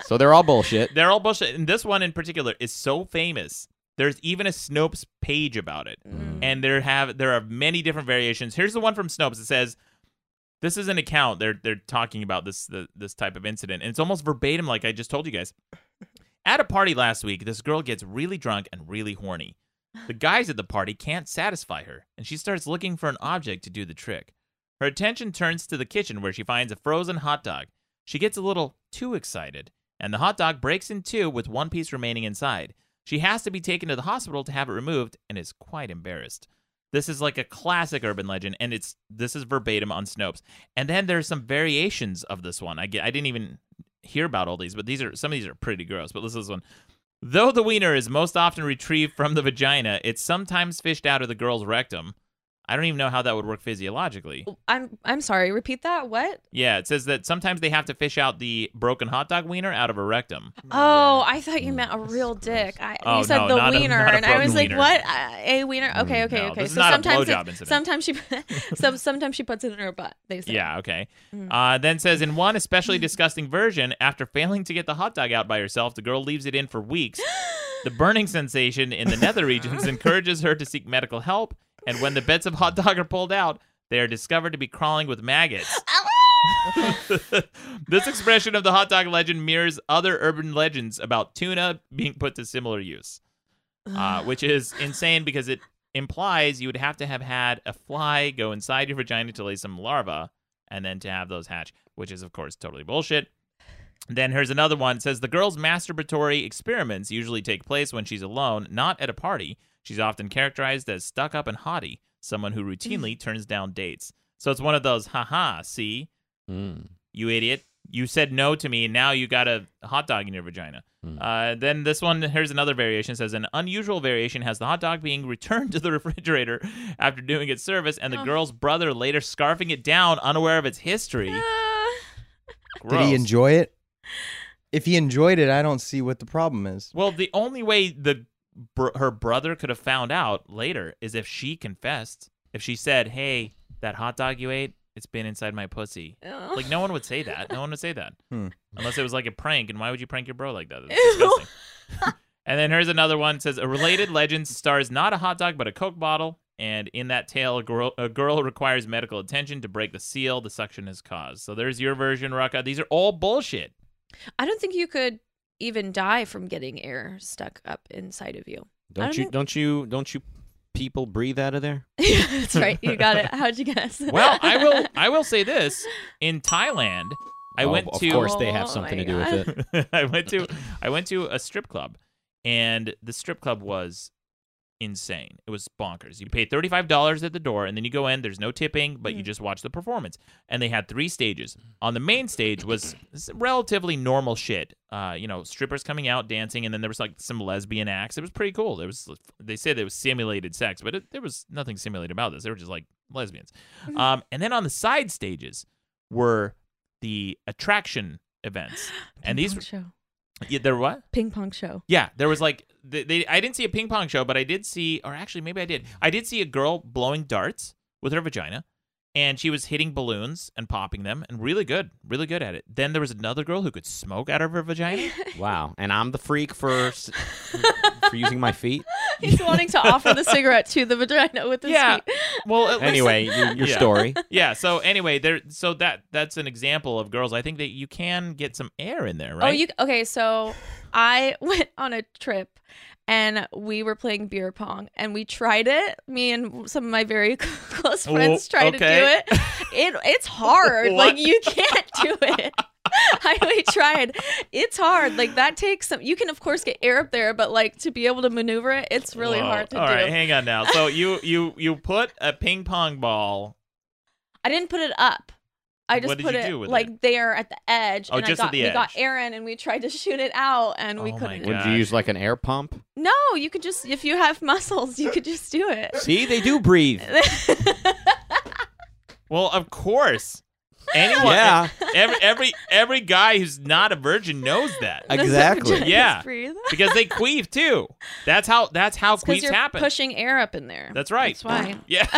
So they're all [laughs] bullshit.
They're all bullshit. And this one in particular is so famous. There's even a Snopes page about it. And there have there are many different variations. Here's the one from Snopes. It says this is an account. They're they're talking about this the, this type of incident. And it's almost verbatim like I just told you guys. At a party last week, this girl gets really drunk and really horny. The guys at the party can't satisfy her, and she starts looking for an object to do the trick. Her attention turns to the kitchen where she finds a frozen hot dog. She gets a little too excited, and the hot dog breaks in two with one piece remaining inside. She has to be taken to the hospital to have it removed and is quite embarrassed. This is like a classic urban legend, and it's this is verbatim on Snopes. And then there's some variations of this one. I get, I didn't even hear about all these, but these are some of these are pretty gross. But listen to this one. Though the wiener is most often retrieved from the vagina, it's sometimes fished out of the girl's rectum. I don't even know how that would work physiologically.
I'm I'm sorry. Repeat that. What?
Yeah, it says that sometimes they have to fish out the broken hot dog wiener out of a rectum.
Oh, I thought you meant a real dick. I,
Oh,
you said
no,
the
not a-
wiener,
not a
and I was
broken
like,
wiener. Mm,
"What? Uh, a wiener? Okay, okay,
no,
okay."
this is
so
not a
sometimes,
blowjob
it-
incident.
sometimes she,
[laughs]
some, sometimes she puts it in her butt. They say,
Yeah, okay. Uh, then says in one especially disgusting version, after failing to get the hot dog out by herself, the girl leaves it in for weeks. The burning sensation in the nether regions encourages her to seek medical help, and when the bits of hot dog are pulled out, they are discovered to be crawling with maggots. this expression of the hot dog legend mirrors other urban legends about tuna being put to similar use, uh, which is insane because it implies you would have to have had a fly go inside your vagina to lay some larva and then to have those hatch, which is, of course, totally bullshit. Then here's another one. It says the girl's masturbatory experiments usually take place when she's alone, not at a party. She's often characterized as stuck up and haughty, someone who routinely turns down dates. So it's one of those, haha, see,
Mm.
you idiot. You said no to me, and now you got a hot dog in your vagina.
Hmm.
Uh, then this one, here's another variation. It says an unusual variation has the hot dog being returned [laughs] to the refrigerator after doing its service, and the
Oh.
girl's brother later scarfing it down, unaware of its history.
"Ah."
Did
Gross.
he enjoy it? if he enjoyed it, I don't see what the problem is.
Well, the only way the br- her brother could have found out later is if she confessed. If she said, "Hey, that hot dog you ate, it's been inside my pussy."
Oh.
Like no one would say that. No one would say that
Hmm.
unless it was like a prank. And why would you prank your bro like that? That's disgusting. and then here's another one. It says a related legend stars not a hot dog but a Coke bottle. And in that tale, a girl, a girl requires medical attention to break the seal the suction has caused. So there's your version, Raka. These are all bullshit.
I don't think you could even die from getting air stuck up inside of you. [laughs]
Don't
I don't
you?
know.
Don't you? Don't you? People breathe out of there.
That's right. You got
[laughs]
it. How'd you guess?
Well, I
[laughs]
will. I will say this: in Thailand, I
Oh,
went
of
to.
course, they
Oh
have something
my
to do
God.
with it.
[laughs] I went to. I went to a strip club, and the strip club was insane. It was bonkers. You pay thirty five dollars at the door, and then you go in. There's no tipping, but you just watch the performance. And they had three stages. On the main stage was s- relatively normal shit. Uh, you know, strippers coming out dancing, and then there was like some lesbian acts. It was pretty cool. There was they said it was simulated sex, but it, there was nothing simulated about this. They were just like lesbians. Um, and then on the side stages were the attraction events, and
Ping
these
pong show.
yeah, there were what?
Ping pong show.
Yeah, there was like they, they. I didn't see a ping pong show, but I did see, or actually, maybe I did. I did see a girl blowing darts with her vagina, and she was hitting balloons and popping them, and really good, really good at it. Then there was another girl who could smoke out of her
[laughs]
vagina.
Wow. And I'm the freak for s- for using my feet.
He's wanting to offer the cigarette to the vagina with his
Yeah.
feet.
Well, at least-
Anyway, you, your
Yeah.
story.
[laughs] yeah. So anyway, there. So that that's an example of girls. I think that you can get some air in there, right?
Oh, you okay? So I [laughs] went on a trip and we were playing beer pong and we tried it. Me and some of my very [laughs] close
Oh,
friends tried
okay.
to do it. It
[laughs]
it's hard.
What?
like you can't do it. [laughs] I we tried. It's hard. Like that takes some. You can of course get air up there, but like to be able to maneuver it, it's really
Whoa.
hard to
All
do.
right, hang on now. So you you you put a ping pong ball.
I didn't put it up. I just
What did
put
you
it
do with
like
it?
there at the edge,
Oh,
and
just
I
at
got
the
we got
edge.
air in, and we tried to shoot it out, and we
Oh my
couldn't.
God.
Would you use like an air pump?
No, you could just if you have [laughs] muscles, you could just do it. [laughs]
See, they do breathe.
Well, of course. Anyone,
Yeah.
Every every every guy who's not a virgin knows that
Exactly.
Yeah.
Breathe.
because they queef too. That's how that's how
Because
queefs
you're
happen.
pushing air up in there.
That's right.
[laughs]
That's why. [laughs]
yeah.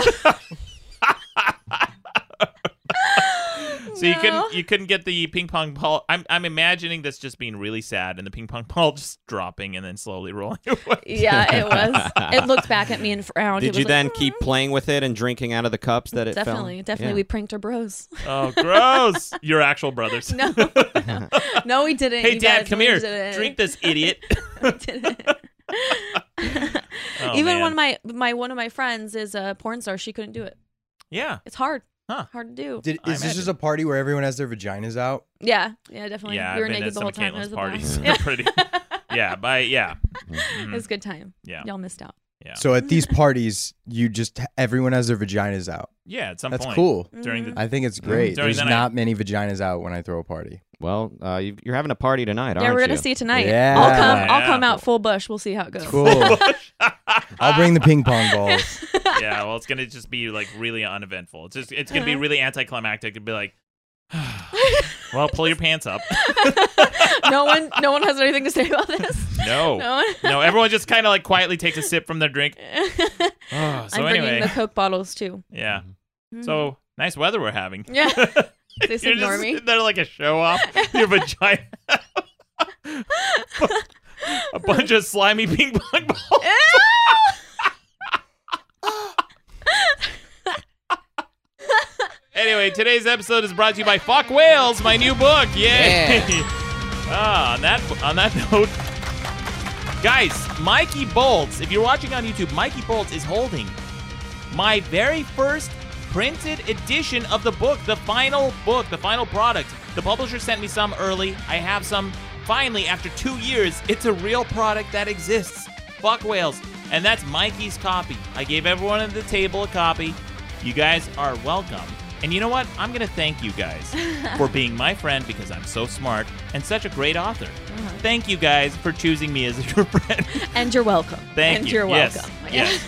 [laughs] so you
No.
couldn't you couldn't get the ping pong ball. I'm I'm imagining this just being really sad and the ping pong [laughs] ball just dropping and then slowly rolling [laughs] away.
Yeah, it was.
[laughs]
It looked back at me and frowned. It
Did
was
you
like,
then
"Mm." [laughs]
keep playing with it and drinking out of the cups that it
Definitely,
fell?
definitely, we pranked
[laughs]
our bros. [laughs]
Oh, gross! Your actual brothers.
No, no, No, we didn't.
Hey,
you
Dad,
guys.
come
We
here.
didn't. [laughs]
Drink this, idiot.
We didn't.
[laughs] Oh,
Even
man.
one of my my one of my friends is a porn star. She couldn't do it.
Yeah.
It's hard.
Huh.
Hard to do.
Did,
I
is this just
imagine.
a party where everyone has their vaginas out?
yeah, yeah, definitely.
Yeah,
we were
I've been
naked
at
the
some
whole
of
time. It
Caitlin's
was a
parties.
[laughs] blast.
[laughs] They're pretty. Yeah, by yeah, Mm-hmm.
it was a good time.
yeah,
Y'all missed out.
yeah,
So at these parties, you just everyone has their vaginas out.
yeah. At some
That's
point, [laughs] Mm-hmm.
cool.
During the
I think it's great.
During
There's
the night.
not many vaginas out when I throw a party.
Well, uh, you- you're having a party tonight,
yeah,
aren't
we're gonna
you?
see tonight.
Yeah.
I'll come. I'll
Yeah.
come out full bush. We'll see how it goes.
[laughs]
Cool. I'll bring the ping pong balls.
[laughs] yeah. Well, it's gonna just be like really uneventful. It's just it's gonna be really anticlimactic. It'd be
[laughs]
like, [sighs] well, pull your pants up.
no one. No one has anything to say about this.
No, no,
No
everyone just kind of like quietly takes a sip from their
[laughs]
drink.
one.
Oh, [laughs] so
I'm bringing
anyway,
the Coke bottles too.
yeah.
Mm-hmm.
So nice weather we're having.
Yeah. They
[laughs] You're
ignore
just
me.
sitting there like a show off. Your
[laughs]
vagina. [laughs] a bunch of slimy ping
[laughs]
pong
[laughs]
balls. Anyway, today's episode is brought to you by Fuck Whales, my new book. Yay! [laughs] ah, on that on that note, guys, Mikey Bolts. If you're watching on YouTube, Mikey Bolts is holding my very first printed edition of the book, the final book, the final product. The publisher sent me some early. I have some finally after two years. It's a real product that exists. Fuck whales. And that's Mikey's copy. I gave everyone at the table a copy. You guys are welcome. And you know what? I'm going to thank you
[laughs]
guys for being my friend because I'm so smart and such a great author.
Uh-huh.
Thank you guys for choosing me as your [laughs]
[laughs]
friend.
And you're welcome.
Thank
and
you.
are
Yes.
welcome. [laughs]
Yes.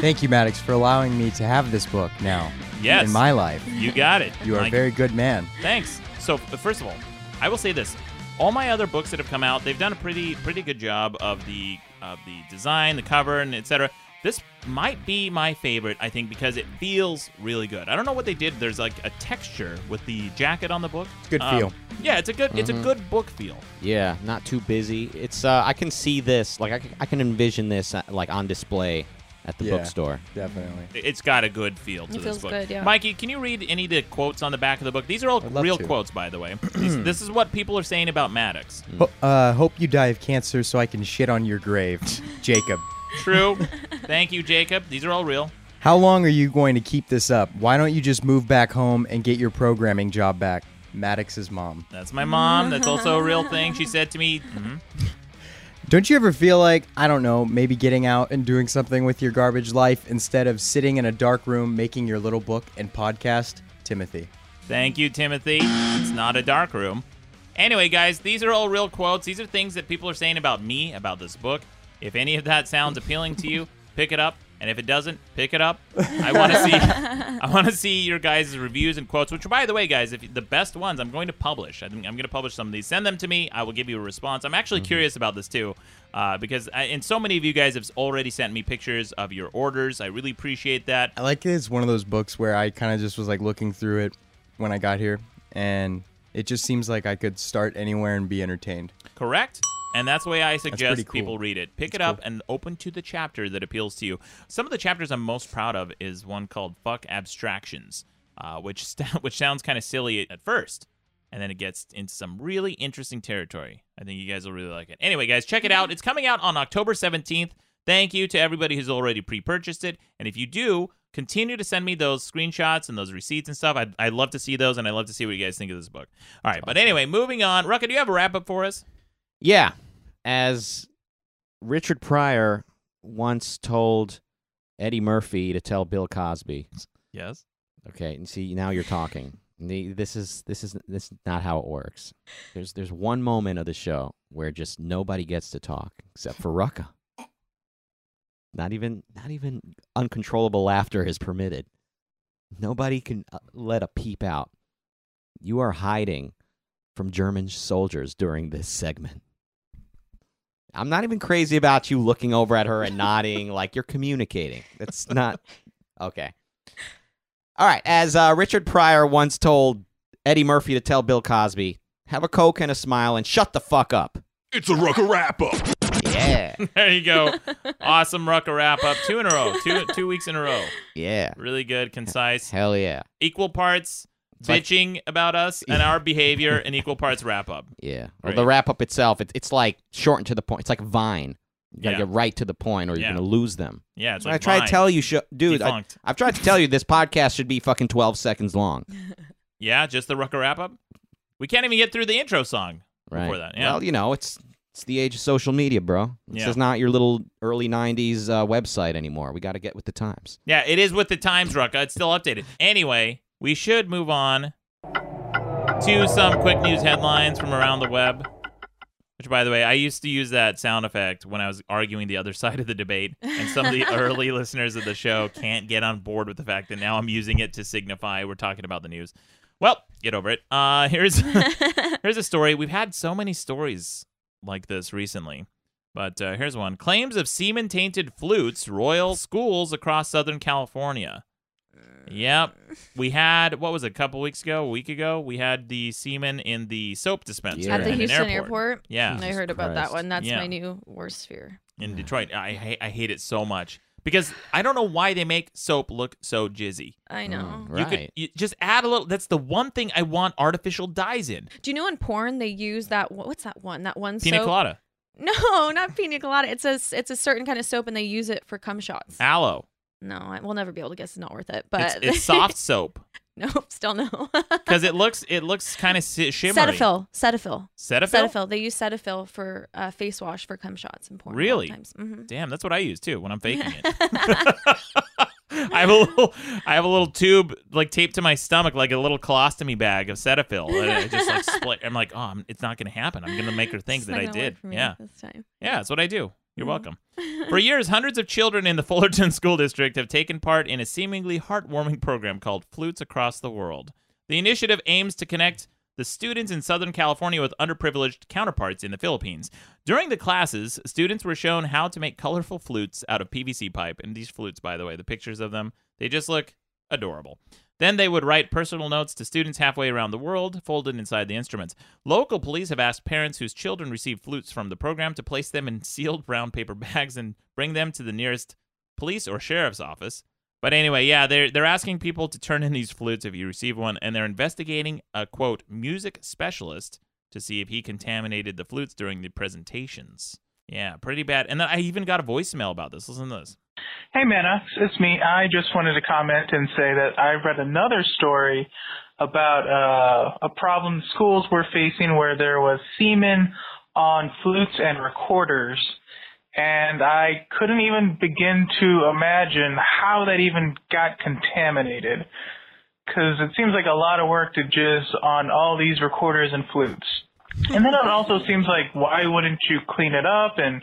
Thank you, Maddox, for allowing me to have this book now
Yes.
in my life.
You got it.
You are a
Mikey.
very good man.
Thanks. So, f- first of all, I will say this. all my other books that have come out, they've done a pretty pretty good job of the of the design, the cover, and etc. This might be my favorite, I think, because it feels really good. I don't know what they did. There's like a texture with the jacket on the book. Um,
Good feel. Mm-hmm.
Yeah, it's a good it's a
Mhm.
good book feel.
Yeah, not too busy. It's uh, I can see this. Like I, c- I can envision this uh, like on display at the
Yeah.
bookstore.
Definitely.
It's got a good feel to
It
this
feels
book.
good, yeah.
Mikey, can you read any of the quotes on the back of the book? These are all
love
real
to.
quotes, by the
[clears throat]
way. These- this is what people are saying about
[laughs]
Maddox.
Ho- uh, hope you die of cancer so I can shit on
[laughs]
your grave, Jacob.
[laughs]
True. Thank you, Jacob. These are all real.
How long are you going to keep this up? Why don't you just move back home and get your programming job back? Maddox's mom.
That's my mom. That's also a real thing. She said to me, mhm.
Don't you ever feel like, I don't know, maybe getting out and doing something with your garbage life instead of sitting in a dark room making your little book and podcast? Timothy.
Thank you, Timothy. It's not a dark room. Anyway, guys, these are all real quotes. These are things that people are saying about me, about this book. If any of that sounds appealing to you, pick it up. And if it doesn't, pick it up. I want to see, I want to see your guys' reviews and quotes. Which, by the way, guys, if the best ones, I'm going to publish. I think I'm going to publish some of these. Send them to me. I will give you a response. I'm actually curious about this too, uh, because I, and so many of you guys have already sent me pictures of your orders. I really appreciate that.
I like it. It's one of those books where I kind of just was like looking through it when I got here, and it just seems like I could start anywhere and be entertained.
Correct? And that's the way I suggest
pretty cool.
people read it. Pick it up and open to the chapter that appeals to you. Some of the chapters I'm most proud of is one called "Fuck Abstractions," uh, which [laughs] st- which sounds kind of silly at first, and then it gets into some really interesting territory. I think you guys will really like it. Anyway, guys, check it out. It's coming out on October 17th. Thank you to everybody who's already pre-purchased it, and if you do. Continue to send me those screenshots and those receipts and stuff. I'd, I'd love to see those, and I'd love to see what you guys think of this book. All right, but anyway, moving on. Rucka, do you have a wrap up for us?
Yeah, as Richard Pryor once told Eddie Murphy to tell Bill Cosby.
Yes.
Okay, and see now you're talking. The- This is this is this is not how it works. There's there's one moment of the show where just nobody gets to talk except for Rucka. Not even not even uncontrollable laughter is permitted. Nobody can uh, let a peep out. You are hiding from German soldiers during this segment. I'm not even crazy about you looking over at her and nodding like you're communicating. That's not okay. All right. As uh, Richard Pryor once told Eddie Murphy to tell Bill Cosby, have a Coke and a smile and shut the fuck up.
It's a Rucka wrap up.
[laughs]
Yeah.
[laughs] There you go. awesome Rucka wrap up. Two in a row. Two two weeks in a row.
yeah.
Really good, concise.
Hell yeah.
Equal parts
like-
bitching about us and
[laughs]
our behavior, and equal parts wrap up.
Yeah. Or
Great.
the wrap up itself, it, it's like shortened to the point. It's like Vine. You gotta
Yeah.
get right to the point or you're
Yeah.
gonna lose them.
Yeah, it's
So
like
I try
mine.
to tell you, sh- dude, I,
Defunct.
I've tried to tell you this podcast should be fucking 12
[laughs]
seconds long.
Yeah, just the Rucka wrap up. We can't even get through the intro song
Right.
before that. Yeah.
Well, you know, it's it's the age of social media, bro. This
Yeah.
is not your little early 90s uh, website anymore. We got to get with the times.
yeah, it is with the times, Rucka. It's still updated. Anyway, we should move on to some quick news headlines from around the web. Which, by the way, I used to use that sound effect when I was arguing the other [laughs] side of the debate, and some of the early listeners of the show can't get on board with the fact that now I'm using it to signify we're talking about the news. Well, get over it.
[laughs]
Uh, [laughs] here's here's a story. We've had so many stories like this recently, but uh, here's one: claims of semen tainted flutes royal schools across Southern California. Yep, we had what was it, a couple weeks ago, a week ago, we had the semen in the soap dispenser
Yeah.
At the
an
Houston airport.
Yeah,
I
Jesus
heard about
Christ.
that one. That's
Yeah.
my new worst fear.
in Detroit. I hate, I hate it so much because I don't know why they make soap look so jizzy.
I know.
You could you just add a little. That's the one thing I want artificial dyes in.
Do you know in porn they use that? one- What's that one? That one
Pina
soap?
colada,
No, not pina colada. It's a it's a certain kind of soap, and they use it for cum shots.
aloe.
No, I, we'll never be able to guess. It's not worth it. But
Ah. it's, it's
[laughs]
soft soap
nope, still no.
because it looks it looks kind of si- shimmery.
Cetaphil, Cetaphil,
Cetaphil.
Cetaphil. They use Cetaphil for uh, face wash for cum shots in porn.
Really?
Mm-hmm.
Damn, that's what I use too when I'm faking it. [laughs] I have a little, I have a little tube like taped to my stomach, like a little colostomy bag of Cetaphil. And I just like split. I'm like, oh, I'm- it's not gonna happen. I'm gonna make her think that I did. Yeah,
This time.
yeah, that's what I do. You're welcome. For years, hundreds of children in the [laughs] Fullerton School District have taken part in a seemingly heartwarming program called Flutes Across the World. The initiative aims to connect the students in Southern California with underprivileged counterparts in the Philippines. During the classes, students were shown how to make colorful flutes out of PVC pipe. And these flutes, by the way, the pictures of them, they just look adorable. Then they would write personal notes to students halfway around the world, folded inside the instruments. Local police have asked parents whose children receive flutes from the program to place them in [laughs] sealed brown paper bags and bring them to the nearest police or sheriff's office. But anyway, yeah, they're they're asking people to turn in these flutes if you receive one, and they're investigating a quote music specialist to see if he contaminated the flutes during the presentations. Yeah, pretty bad. And then I even got a voicemail about this. Listen to this.
Hey, Manox, it's me. I just wanted to comment and say that I read another story about uh, a problem schools were facing where there was semen on flutes and recorders. And I couldn't even begin to imagine how that even got contaminated. Because it seems like a lot of work to jizz on all these recorders and flutes. And then it also seems like, why wouldn't you clean it up and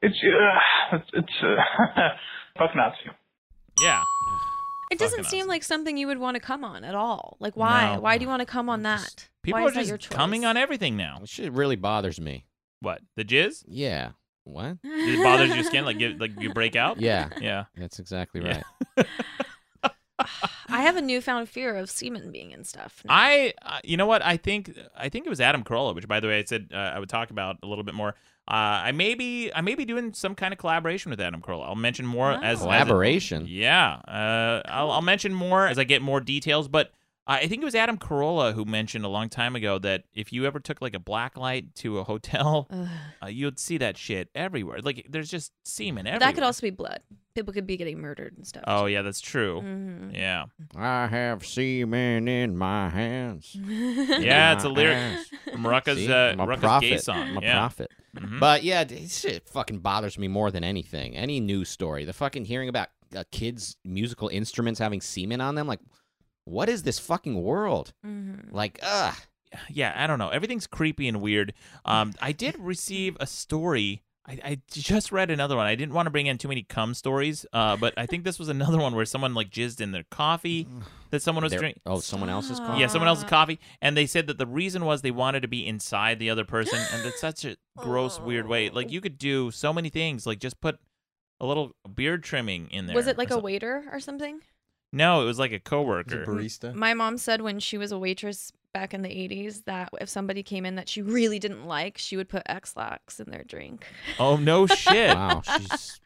it's uh, it's, it's uh, [laughs] fuck Nazi.
Yeah.
It doesn't seem like something you would want to come on at all. Like why?
No.
Why do you want to come on that?
People
why
are
is that your
just
choice?
coming on everything now.
This shit really bothers me.
What? The jizz?
Yeah. What?
It bothers your skin, like you, like you
[laughs]
break out.
Yeah.
Yeah.
That's exactly
Yeah. [laughs]
right.
I have a newfound fear of semen being in stuff. now.
I, uh, you know what? I think I think it was Adam Carolla, which by the way I said uh, I would talk about a little bit more. Uh, I may be I may be doing some kind of collaboration with Adam Carolla. I'll mention more
Ah.
Wow.
as as it-
Collaboration?
yeah, uh, I'll, I'll mention more as I get more details. But uh, I think it was Adam Carolla who mentioned a long time ago that if you ever took like a black light to a
[laughs]
hotel,
Ugh.
uh, you'd see that shit everywhere. Like there's just semen everywhere.
that could also be blood. People could be getting murdered and stuff.
Oh yeah, that's true.
Mhm.
Yeah.
I have semen in my hands.
Yeah, it's a lyric. [laughs] Maracas,
See?
uh,
I'm a
Maracas
prophet.
gay song.
I'm a
yeah.
prophet.
Mhm.
But yeah, this shit fucking bothers me more than anything. Any news story, the fucking hearing about uh, kids' musical instruments having semen on them, like, what is this fucking world?
Mm-hmm.
Like, ugh.
yeah, I don't know. Everything's creepy and weird. Um, I did receive a story. I, I just read another one. I didn't want to bring in too many cum stories, uh, but I think this was another one where someone like jizzed in their coffee that someone was
They're-
drinking.
Oh, someone else's
Stop.
coffee?
Yeah, someone else's coffee, and they said that the reason was they wanted to be inside the other person, and that's such
[gasps]
a gross, weird way. Like
Oh.
you could do so many things, like just put a little beard trimming in there.
was it
or
like a
something.
waiter or something?
No, it was like a coworker.
barista.
My mom said when she was a waitress back in the 80s that if somebody came in that she really didn't like, she would put X-Lax in their
[laughs]
drink.
Oh
[laughs]
no, shit.
Wow, she's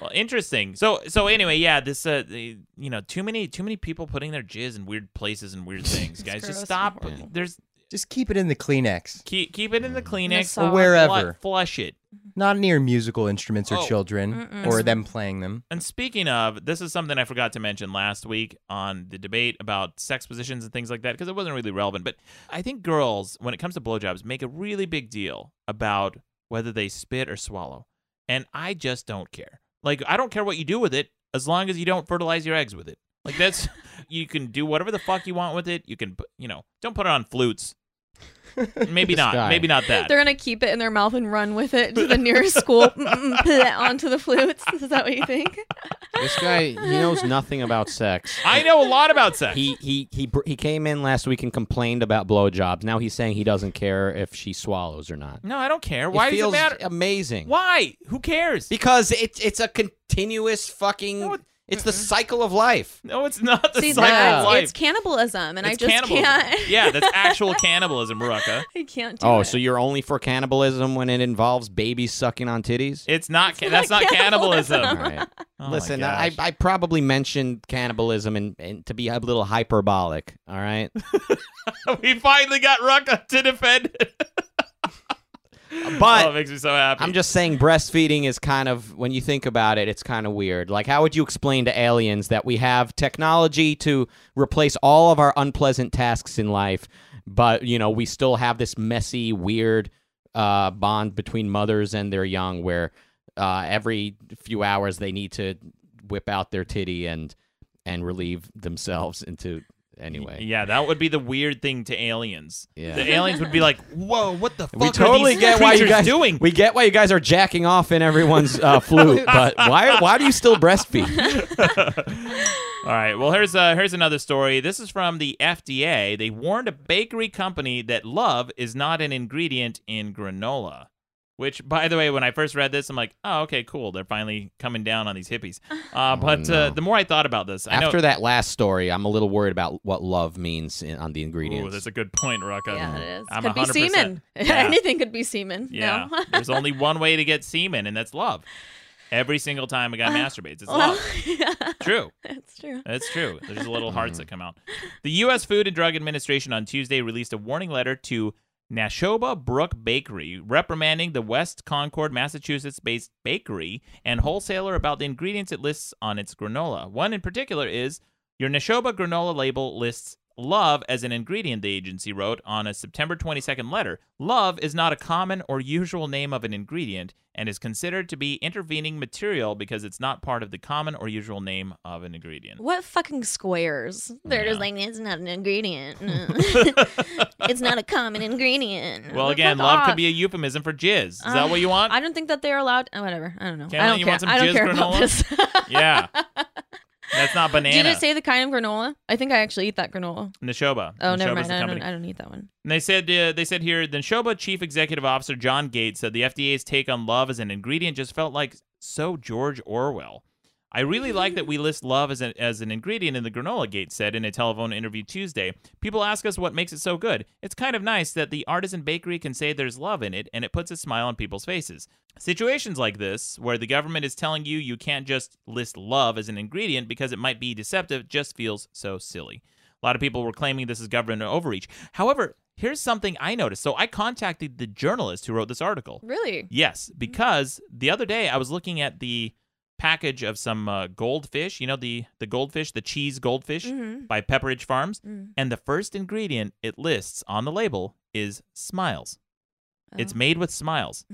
Well, interesting. So so anyway, yeah, this uh, the, you know, too many too many people putting their jizz in weird places and
[laughs]
weird things, guys.
gross
Just
and
stop.
horrible.
There's
Just keep it in the Kleenex,
keep keep it in the Kleenex
sock. Or
wherever.
flu- flush it.
not near musical instruments or
Oh.
children
Mm-mm.
or them playing them.
And speaking of, this is something I forgot to mention last week on the debate about sex positions and things like that because it wasn't really relevant. But I think girls, when it comes to blowjobs, make a really big deal about whether they spit or swallow, and I just don't care. Like I don't care what you do with it as long as you don't fertilize your eggs with it. Like that's
[laughs]
you can do whatever the fuck you want with it. You can pu- you know don't put it on
[laughs]
flutes. Maybe
This
not.
guy.
Maybe not that.
They're going to keep it in their mouth and run with it to
[laughs]
the nearest school, Mm-mm, put it onto the flutes. Is that what you think?
this guy. He knows nothing about sex.
I know a lot about sex.
He he he br- he came in last week and complained about blowjobs. Now he's saying he doesn't care if she swallows or not.
no, I don't care. Why
it
does it
feels
matter?
[laughs] amazing.
Why? Who cares?
Because it, it's a continuous fucking.
No, it-
it's the cycle of life.
No, [laughs] it's not the
See,
cycle
that's,
of life.
it's cannibalism and I
It's
just
cannibalism.
can't.
yeah,
[laughs]
that's actual cannibalism, Rucka.
I can't do
Oh,
it.
so you're only for cannibalism when it involves babies sucking on titties?
[laughs] It's not. ca- that's not cannibalism.
All right.
Oh my
Listen,
gosh.
I, I probably mentioned cannibalism and, and to be a little hyperbolic. All right.
[laughs] we finally got Rucka to defend.
But-
oh, it makes me so happy.
I'm just saying breastfeeding is kind of when you think about it, it's kind of weird. Like how would you explain to aliens that we have technology to replace all of our unpleasant tasks in life, but you know, we still have this messy, weird uh, bond between mothers and their young where uh, every few hours they need to whip out their titty and and relieve themselves into anyway.
Yeah, that would be the weird thing to aliens.
Yeah.
The aliens would be
[laughs]
like, "Whoa, what the fuck
We
are
totally
these
get why you
creatures
guys
doing?"
We get why you guys are jacking
[laughs]
off in everyone's uh, flute, but why why do you still breastfeed?
All right. Well, here's uh, here's another story. This is from the FDA. They warned a bakery company that love is not an ingredient in granola. Which, by the way, when I first read this, I'm like, oh, okay, cool. They're finally coming down on
[laughs]
these hippies. Uh, but uh, the more I thought about this, [laughs] I know-
Oh, After that last story, I'm a little worried about what love means in, on the ingredients.
Ooh, that's a good point, Rucka.
Yeah, it is.
I'm
could be
[laughs]
100%.
semen. [laughs]
Yeah.
Anything could be semen.
Yeah.
No.
[laughs] There's only one way to get semen, and that's love. Every single time a guy masturbates, it's
Uh, well,
[laughs]
love. True.
That's true.
That's true. There's little hearts that come out. The U.S. Food and Drug Administration on Tuesday released a warning letter to Nashoba Brook Bakery, reprimanding the West Concord, Massachusetts based bakery and wholesaler about the ingredients it lists on its granola. One in particular is your Nashoba granola label lists love as an ingredient, the agency wrote on a September 22nd letter. Love is not a common or usual name of an ingredient and is considered to be intervening material because it's not part of the common or usual name of an ingredient.
What fucking squares? They're just like, it's not an ingredient.
[laughs]
it's not a common ingredient.
Well,
Like,
again,
fuck
love
off.
could be a euphemism for jizz. Is
Uh,
that what you
[laughs]
want?
I don't think that they're allowed. oh, whatever. I don't know.
Caitlin,
I don't
you
care.
want some
I don't
jizz
care
granola?
about this. [laughs]
[laughs] yeah. That's not
Did
banana.
it say the kind of granola? I think I actually eat that granola.
Nashoba.
Oh, never
Nashoba's
mind.
the
I don't,
company.
I don't eat that one.
And they said uh, they said here the Shoba chief executive officer John Gates said the FDA's take on love as an ingredient just felt like so George Orwell. I really like that we list love as an, as an ingredient in the granola, Gates said in a telephone interview Tuesday. People ask us what makes it so good. It's kind of nice that the artisan bakery can say there's love in it and it puts a smile on people's faces. Situations like this, where the government is telling you you can't just list love as an ingredient because it might be deceptive, just feels so silly. A lot of people were claiming this is government overreach. However, here's something I noticed. So I contacted the journalist who wrote this article.
Really?
Yes, because the other day I was looking at the package of some uh, goldfish. You know the the goldfish, the cheese goldfish
Mhm.
by Pepperidge Farms,
Mm.
and the first ingredient it lists on the label is smiles. It's made with smiles,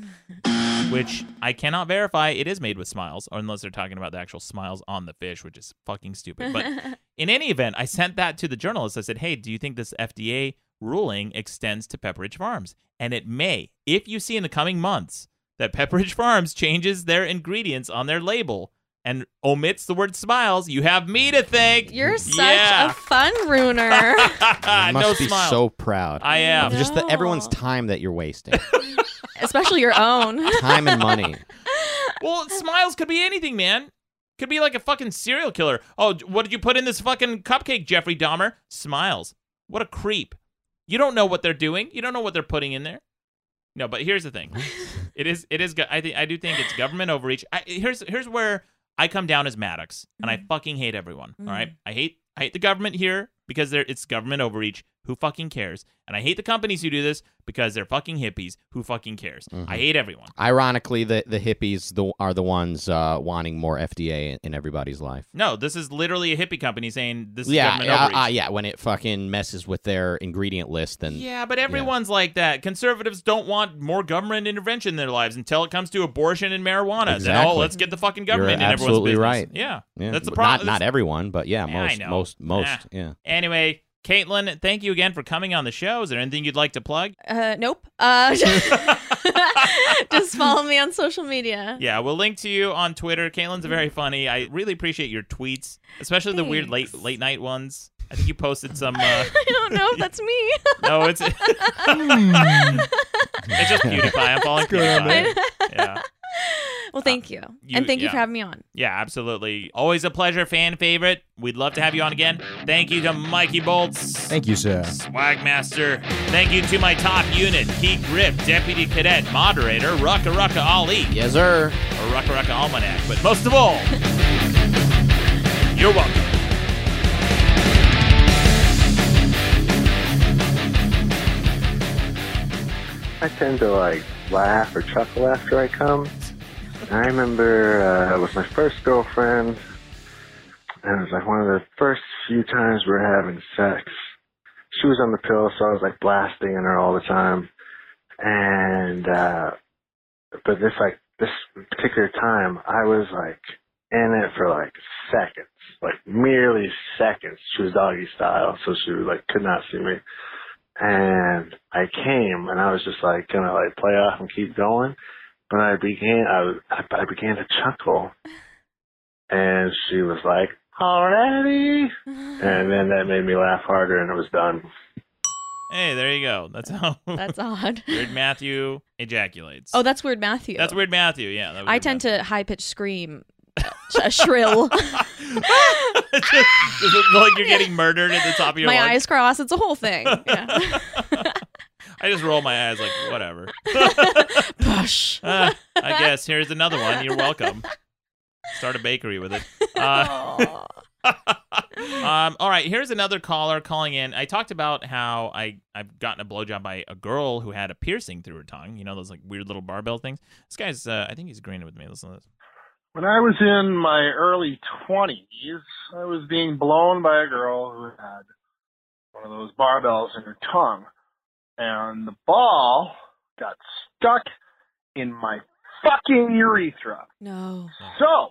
which I cannot verify it is made with smiles, or unless they're talking about the actual smiles on the fish, which is fucking
[laughs]
stupid. But in any event, I sent that to the journalist. I said, hey, do you think this FDA ruling extends to Pepperidge Farms? And it may. If you see in the coming months that Pepperidge Farms changes their ingredients on their label and omits the word smiles, you have me to thank.
You're such
Yeah.
a fun
[laughs]
ruiner.
Ah,
You
[laughs]
must
no
be
smile.
so proud.
I am.
of just the, everyone's time that you're wasting,
Especially your own.
time
[laughs]
and money.
well, smiles could be anything, man. Could be like a fucking serial killer. Oh, what did you put in this fucking cupcake, Jeffrey Dahmer? Smiles. What a creep. You don't know what they're doing. You don't know what they're putting in there. No, but here's the thing. [laughs] it is it is go- I think I do think it's government overreach. I, here's here's where I come down as Maddox and I fucking hate everyone. All right? I hate I hate the government here because they're it's government overreach. Who fucking cares? And I hate the companies who do this because they're fucking hippies. Who fucking cares? I hate everyone.
Ironically, the the hippies the, are the ones uh, wanting more FDA in, in everybody's life.
No, this is literally a hippie company saying this is
yeah,
government
yeah,
overreach.
uh, yeah. When it fucking messes with their ingredient list, then
Yeah, but everyone's like that. Conservatives don't want more government intervention in their lives until it comes to abortion and marijuana. Then, oh,
Exactly.
let's get the fucking government
You're
in everyone's
absolutely
business.
right.
Yeah.
yeah.
that's the
Not-
problem.
Not, everyone, but yeah,
Yeah, I
most,
know.
most, most,
Ah.
yeah.
Anyway, Caitlin, thank you again for coming on the show. Is there anything you'd like to plug?
Uh, nope. Uh, [laughs] just follow me on social media.
Yeah, we'll link to you on Twitter. Caitlin's very funny. I really appreciate your tweets, especially the weird late late night ones. I think you posted some. Uh,
[laughs] I don't know if that's
[laughs]
me.
no, it's it's just PewDiePie. I'm following PewDiePie. Yeah.
Well, thank you.
Uh, you-
and thank you
yeah.
for having me on.
Yeah, absolutely. Always a pleasure, fan favorite. We'd love to have you on again. Thank you to Mikey Bolts,
Thank you, sir.
Swagmaster. Thank you to my top unit, Key Grip, Deputy Cadet, Moderator, Rucka Rucka Ali.
Yes, sir.
Or Rucka Rucka Almanac. But most of all, you're welcome.
I tend to like laugh or chuckle after I come. I remember uh, with my first girlfriend, and it was like one of the first few times we were having sex. She was on the pill, so I was like blasting in her all the time. And uh, but this like this particular time, I was like in it for like seconds, like merely seconds. She was doggy style, so she like could not see me and I came and I was just like gonna like play off and keep going, but I began I was- I, I began to chuckle, and she was like, already? and then that made me laugh harder, and it was done.
Hey, there you go. That's how.
That's odd.
[laughs] Weird Matthew ejaculates.
Oh, that's weird, Matthew.
That's Weird Matthew. Yeah. That was
I
Weird
tend to high
[laughs]
pitched scream, a shrill.
Matthew. Does it feel like you're getting
[laughs]
murdered at the top of your
My
lungs?
eyes cross. It's a
[laughs]
whole thing. Yeah.
I just roll my eyes like
[laughs]
whatever. [laughs]
Push.
Uh, I guess here's another one. You're welcome. Start a bakery with it.
[laughs]
Uh, um, all right, here's another caller calling in. I talked about how I I've gotten a blowjob by a girl who had a piercing through her tongue. You know those like weird little barbell things. This guy's uh, I think he's agreeing with me. Listen to this.
When I was in my early 20s, I was being blown by a girl who had one of those barbells in her tongue, and the ball got stuck in my fucking urethra.
No.
So,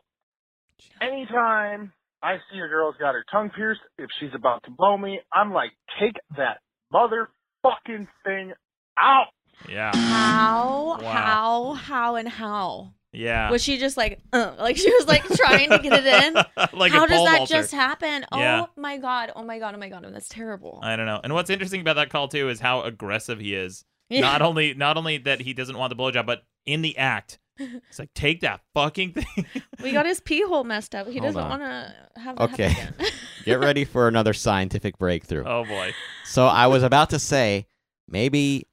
anytime I see a girl's got her tongue pierced, if she's about to blow me, I'm like, take that motherfucking thing out.
Yeah.
How,
Wow.
how, how, and how?
Yeah.
Was she just like, uh, like she was like trying to get it in?
[laughs] Like a
how does
pole
that
vaulter.
just happen?
Yeah. Uh,
Oh my god! Oh my god! Oh my god! That's terrible. [laughs]
I don't know. And what's interesting about that call too is how aggressive he is.
Yeah.
Not only not only that he doesn't want the blowjob, but in the act, it's like take that fucking thing. [laughs]
We got his pee hole messed up. He
Hold
doesn't
on.
want to have. it
Okay.
happen again. [laughs]
Get ready for another scientific breakthrough.
Oh boy.
So I was about to say maybe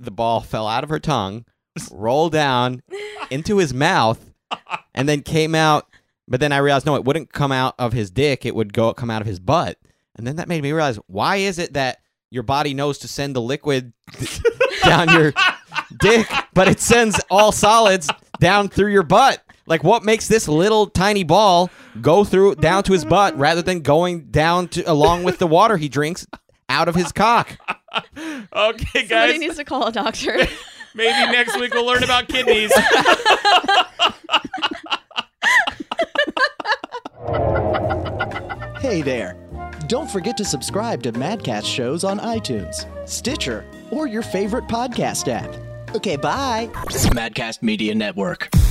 the ball fell out of her tongue, rolled down into his mouth, and then came out. But then I realized no, it wouldn't come out of his dick. It would go come out of his butt. And then that made me realize why is it that your body knows to send the liquid [laughs] down your dick, but it sends all solids down through your butt. Like, what makes this little tiny ball go through down to his butt rather than going down to along with the water he drinks out of his cock?
Okay,
Somebody
guys.
needs to call a doctor.
[laughs] Maybe next week we'll learn about
[laughs]
kidneys.
Hey there. Don't forget to subscribe to Madcast shows on iTunes, Stitcher, or your favorite podcast app. Okay, bye. Madcast Media Network.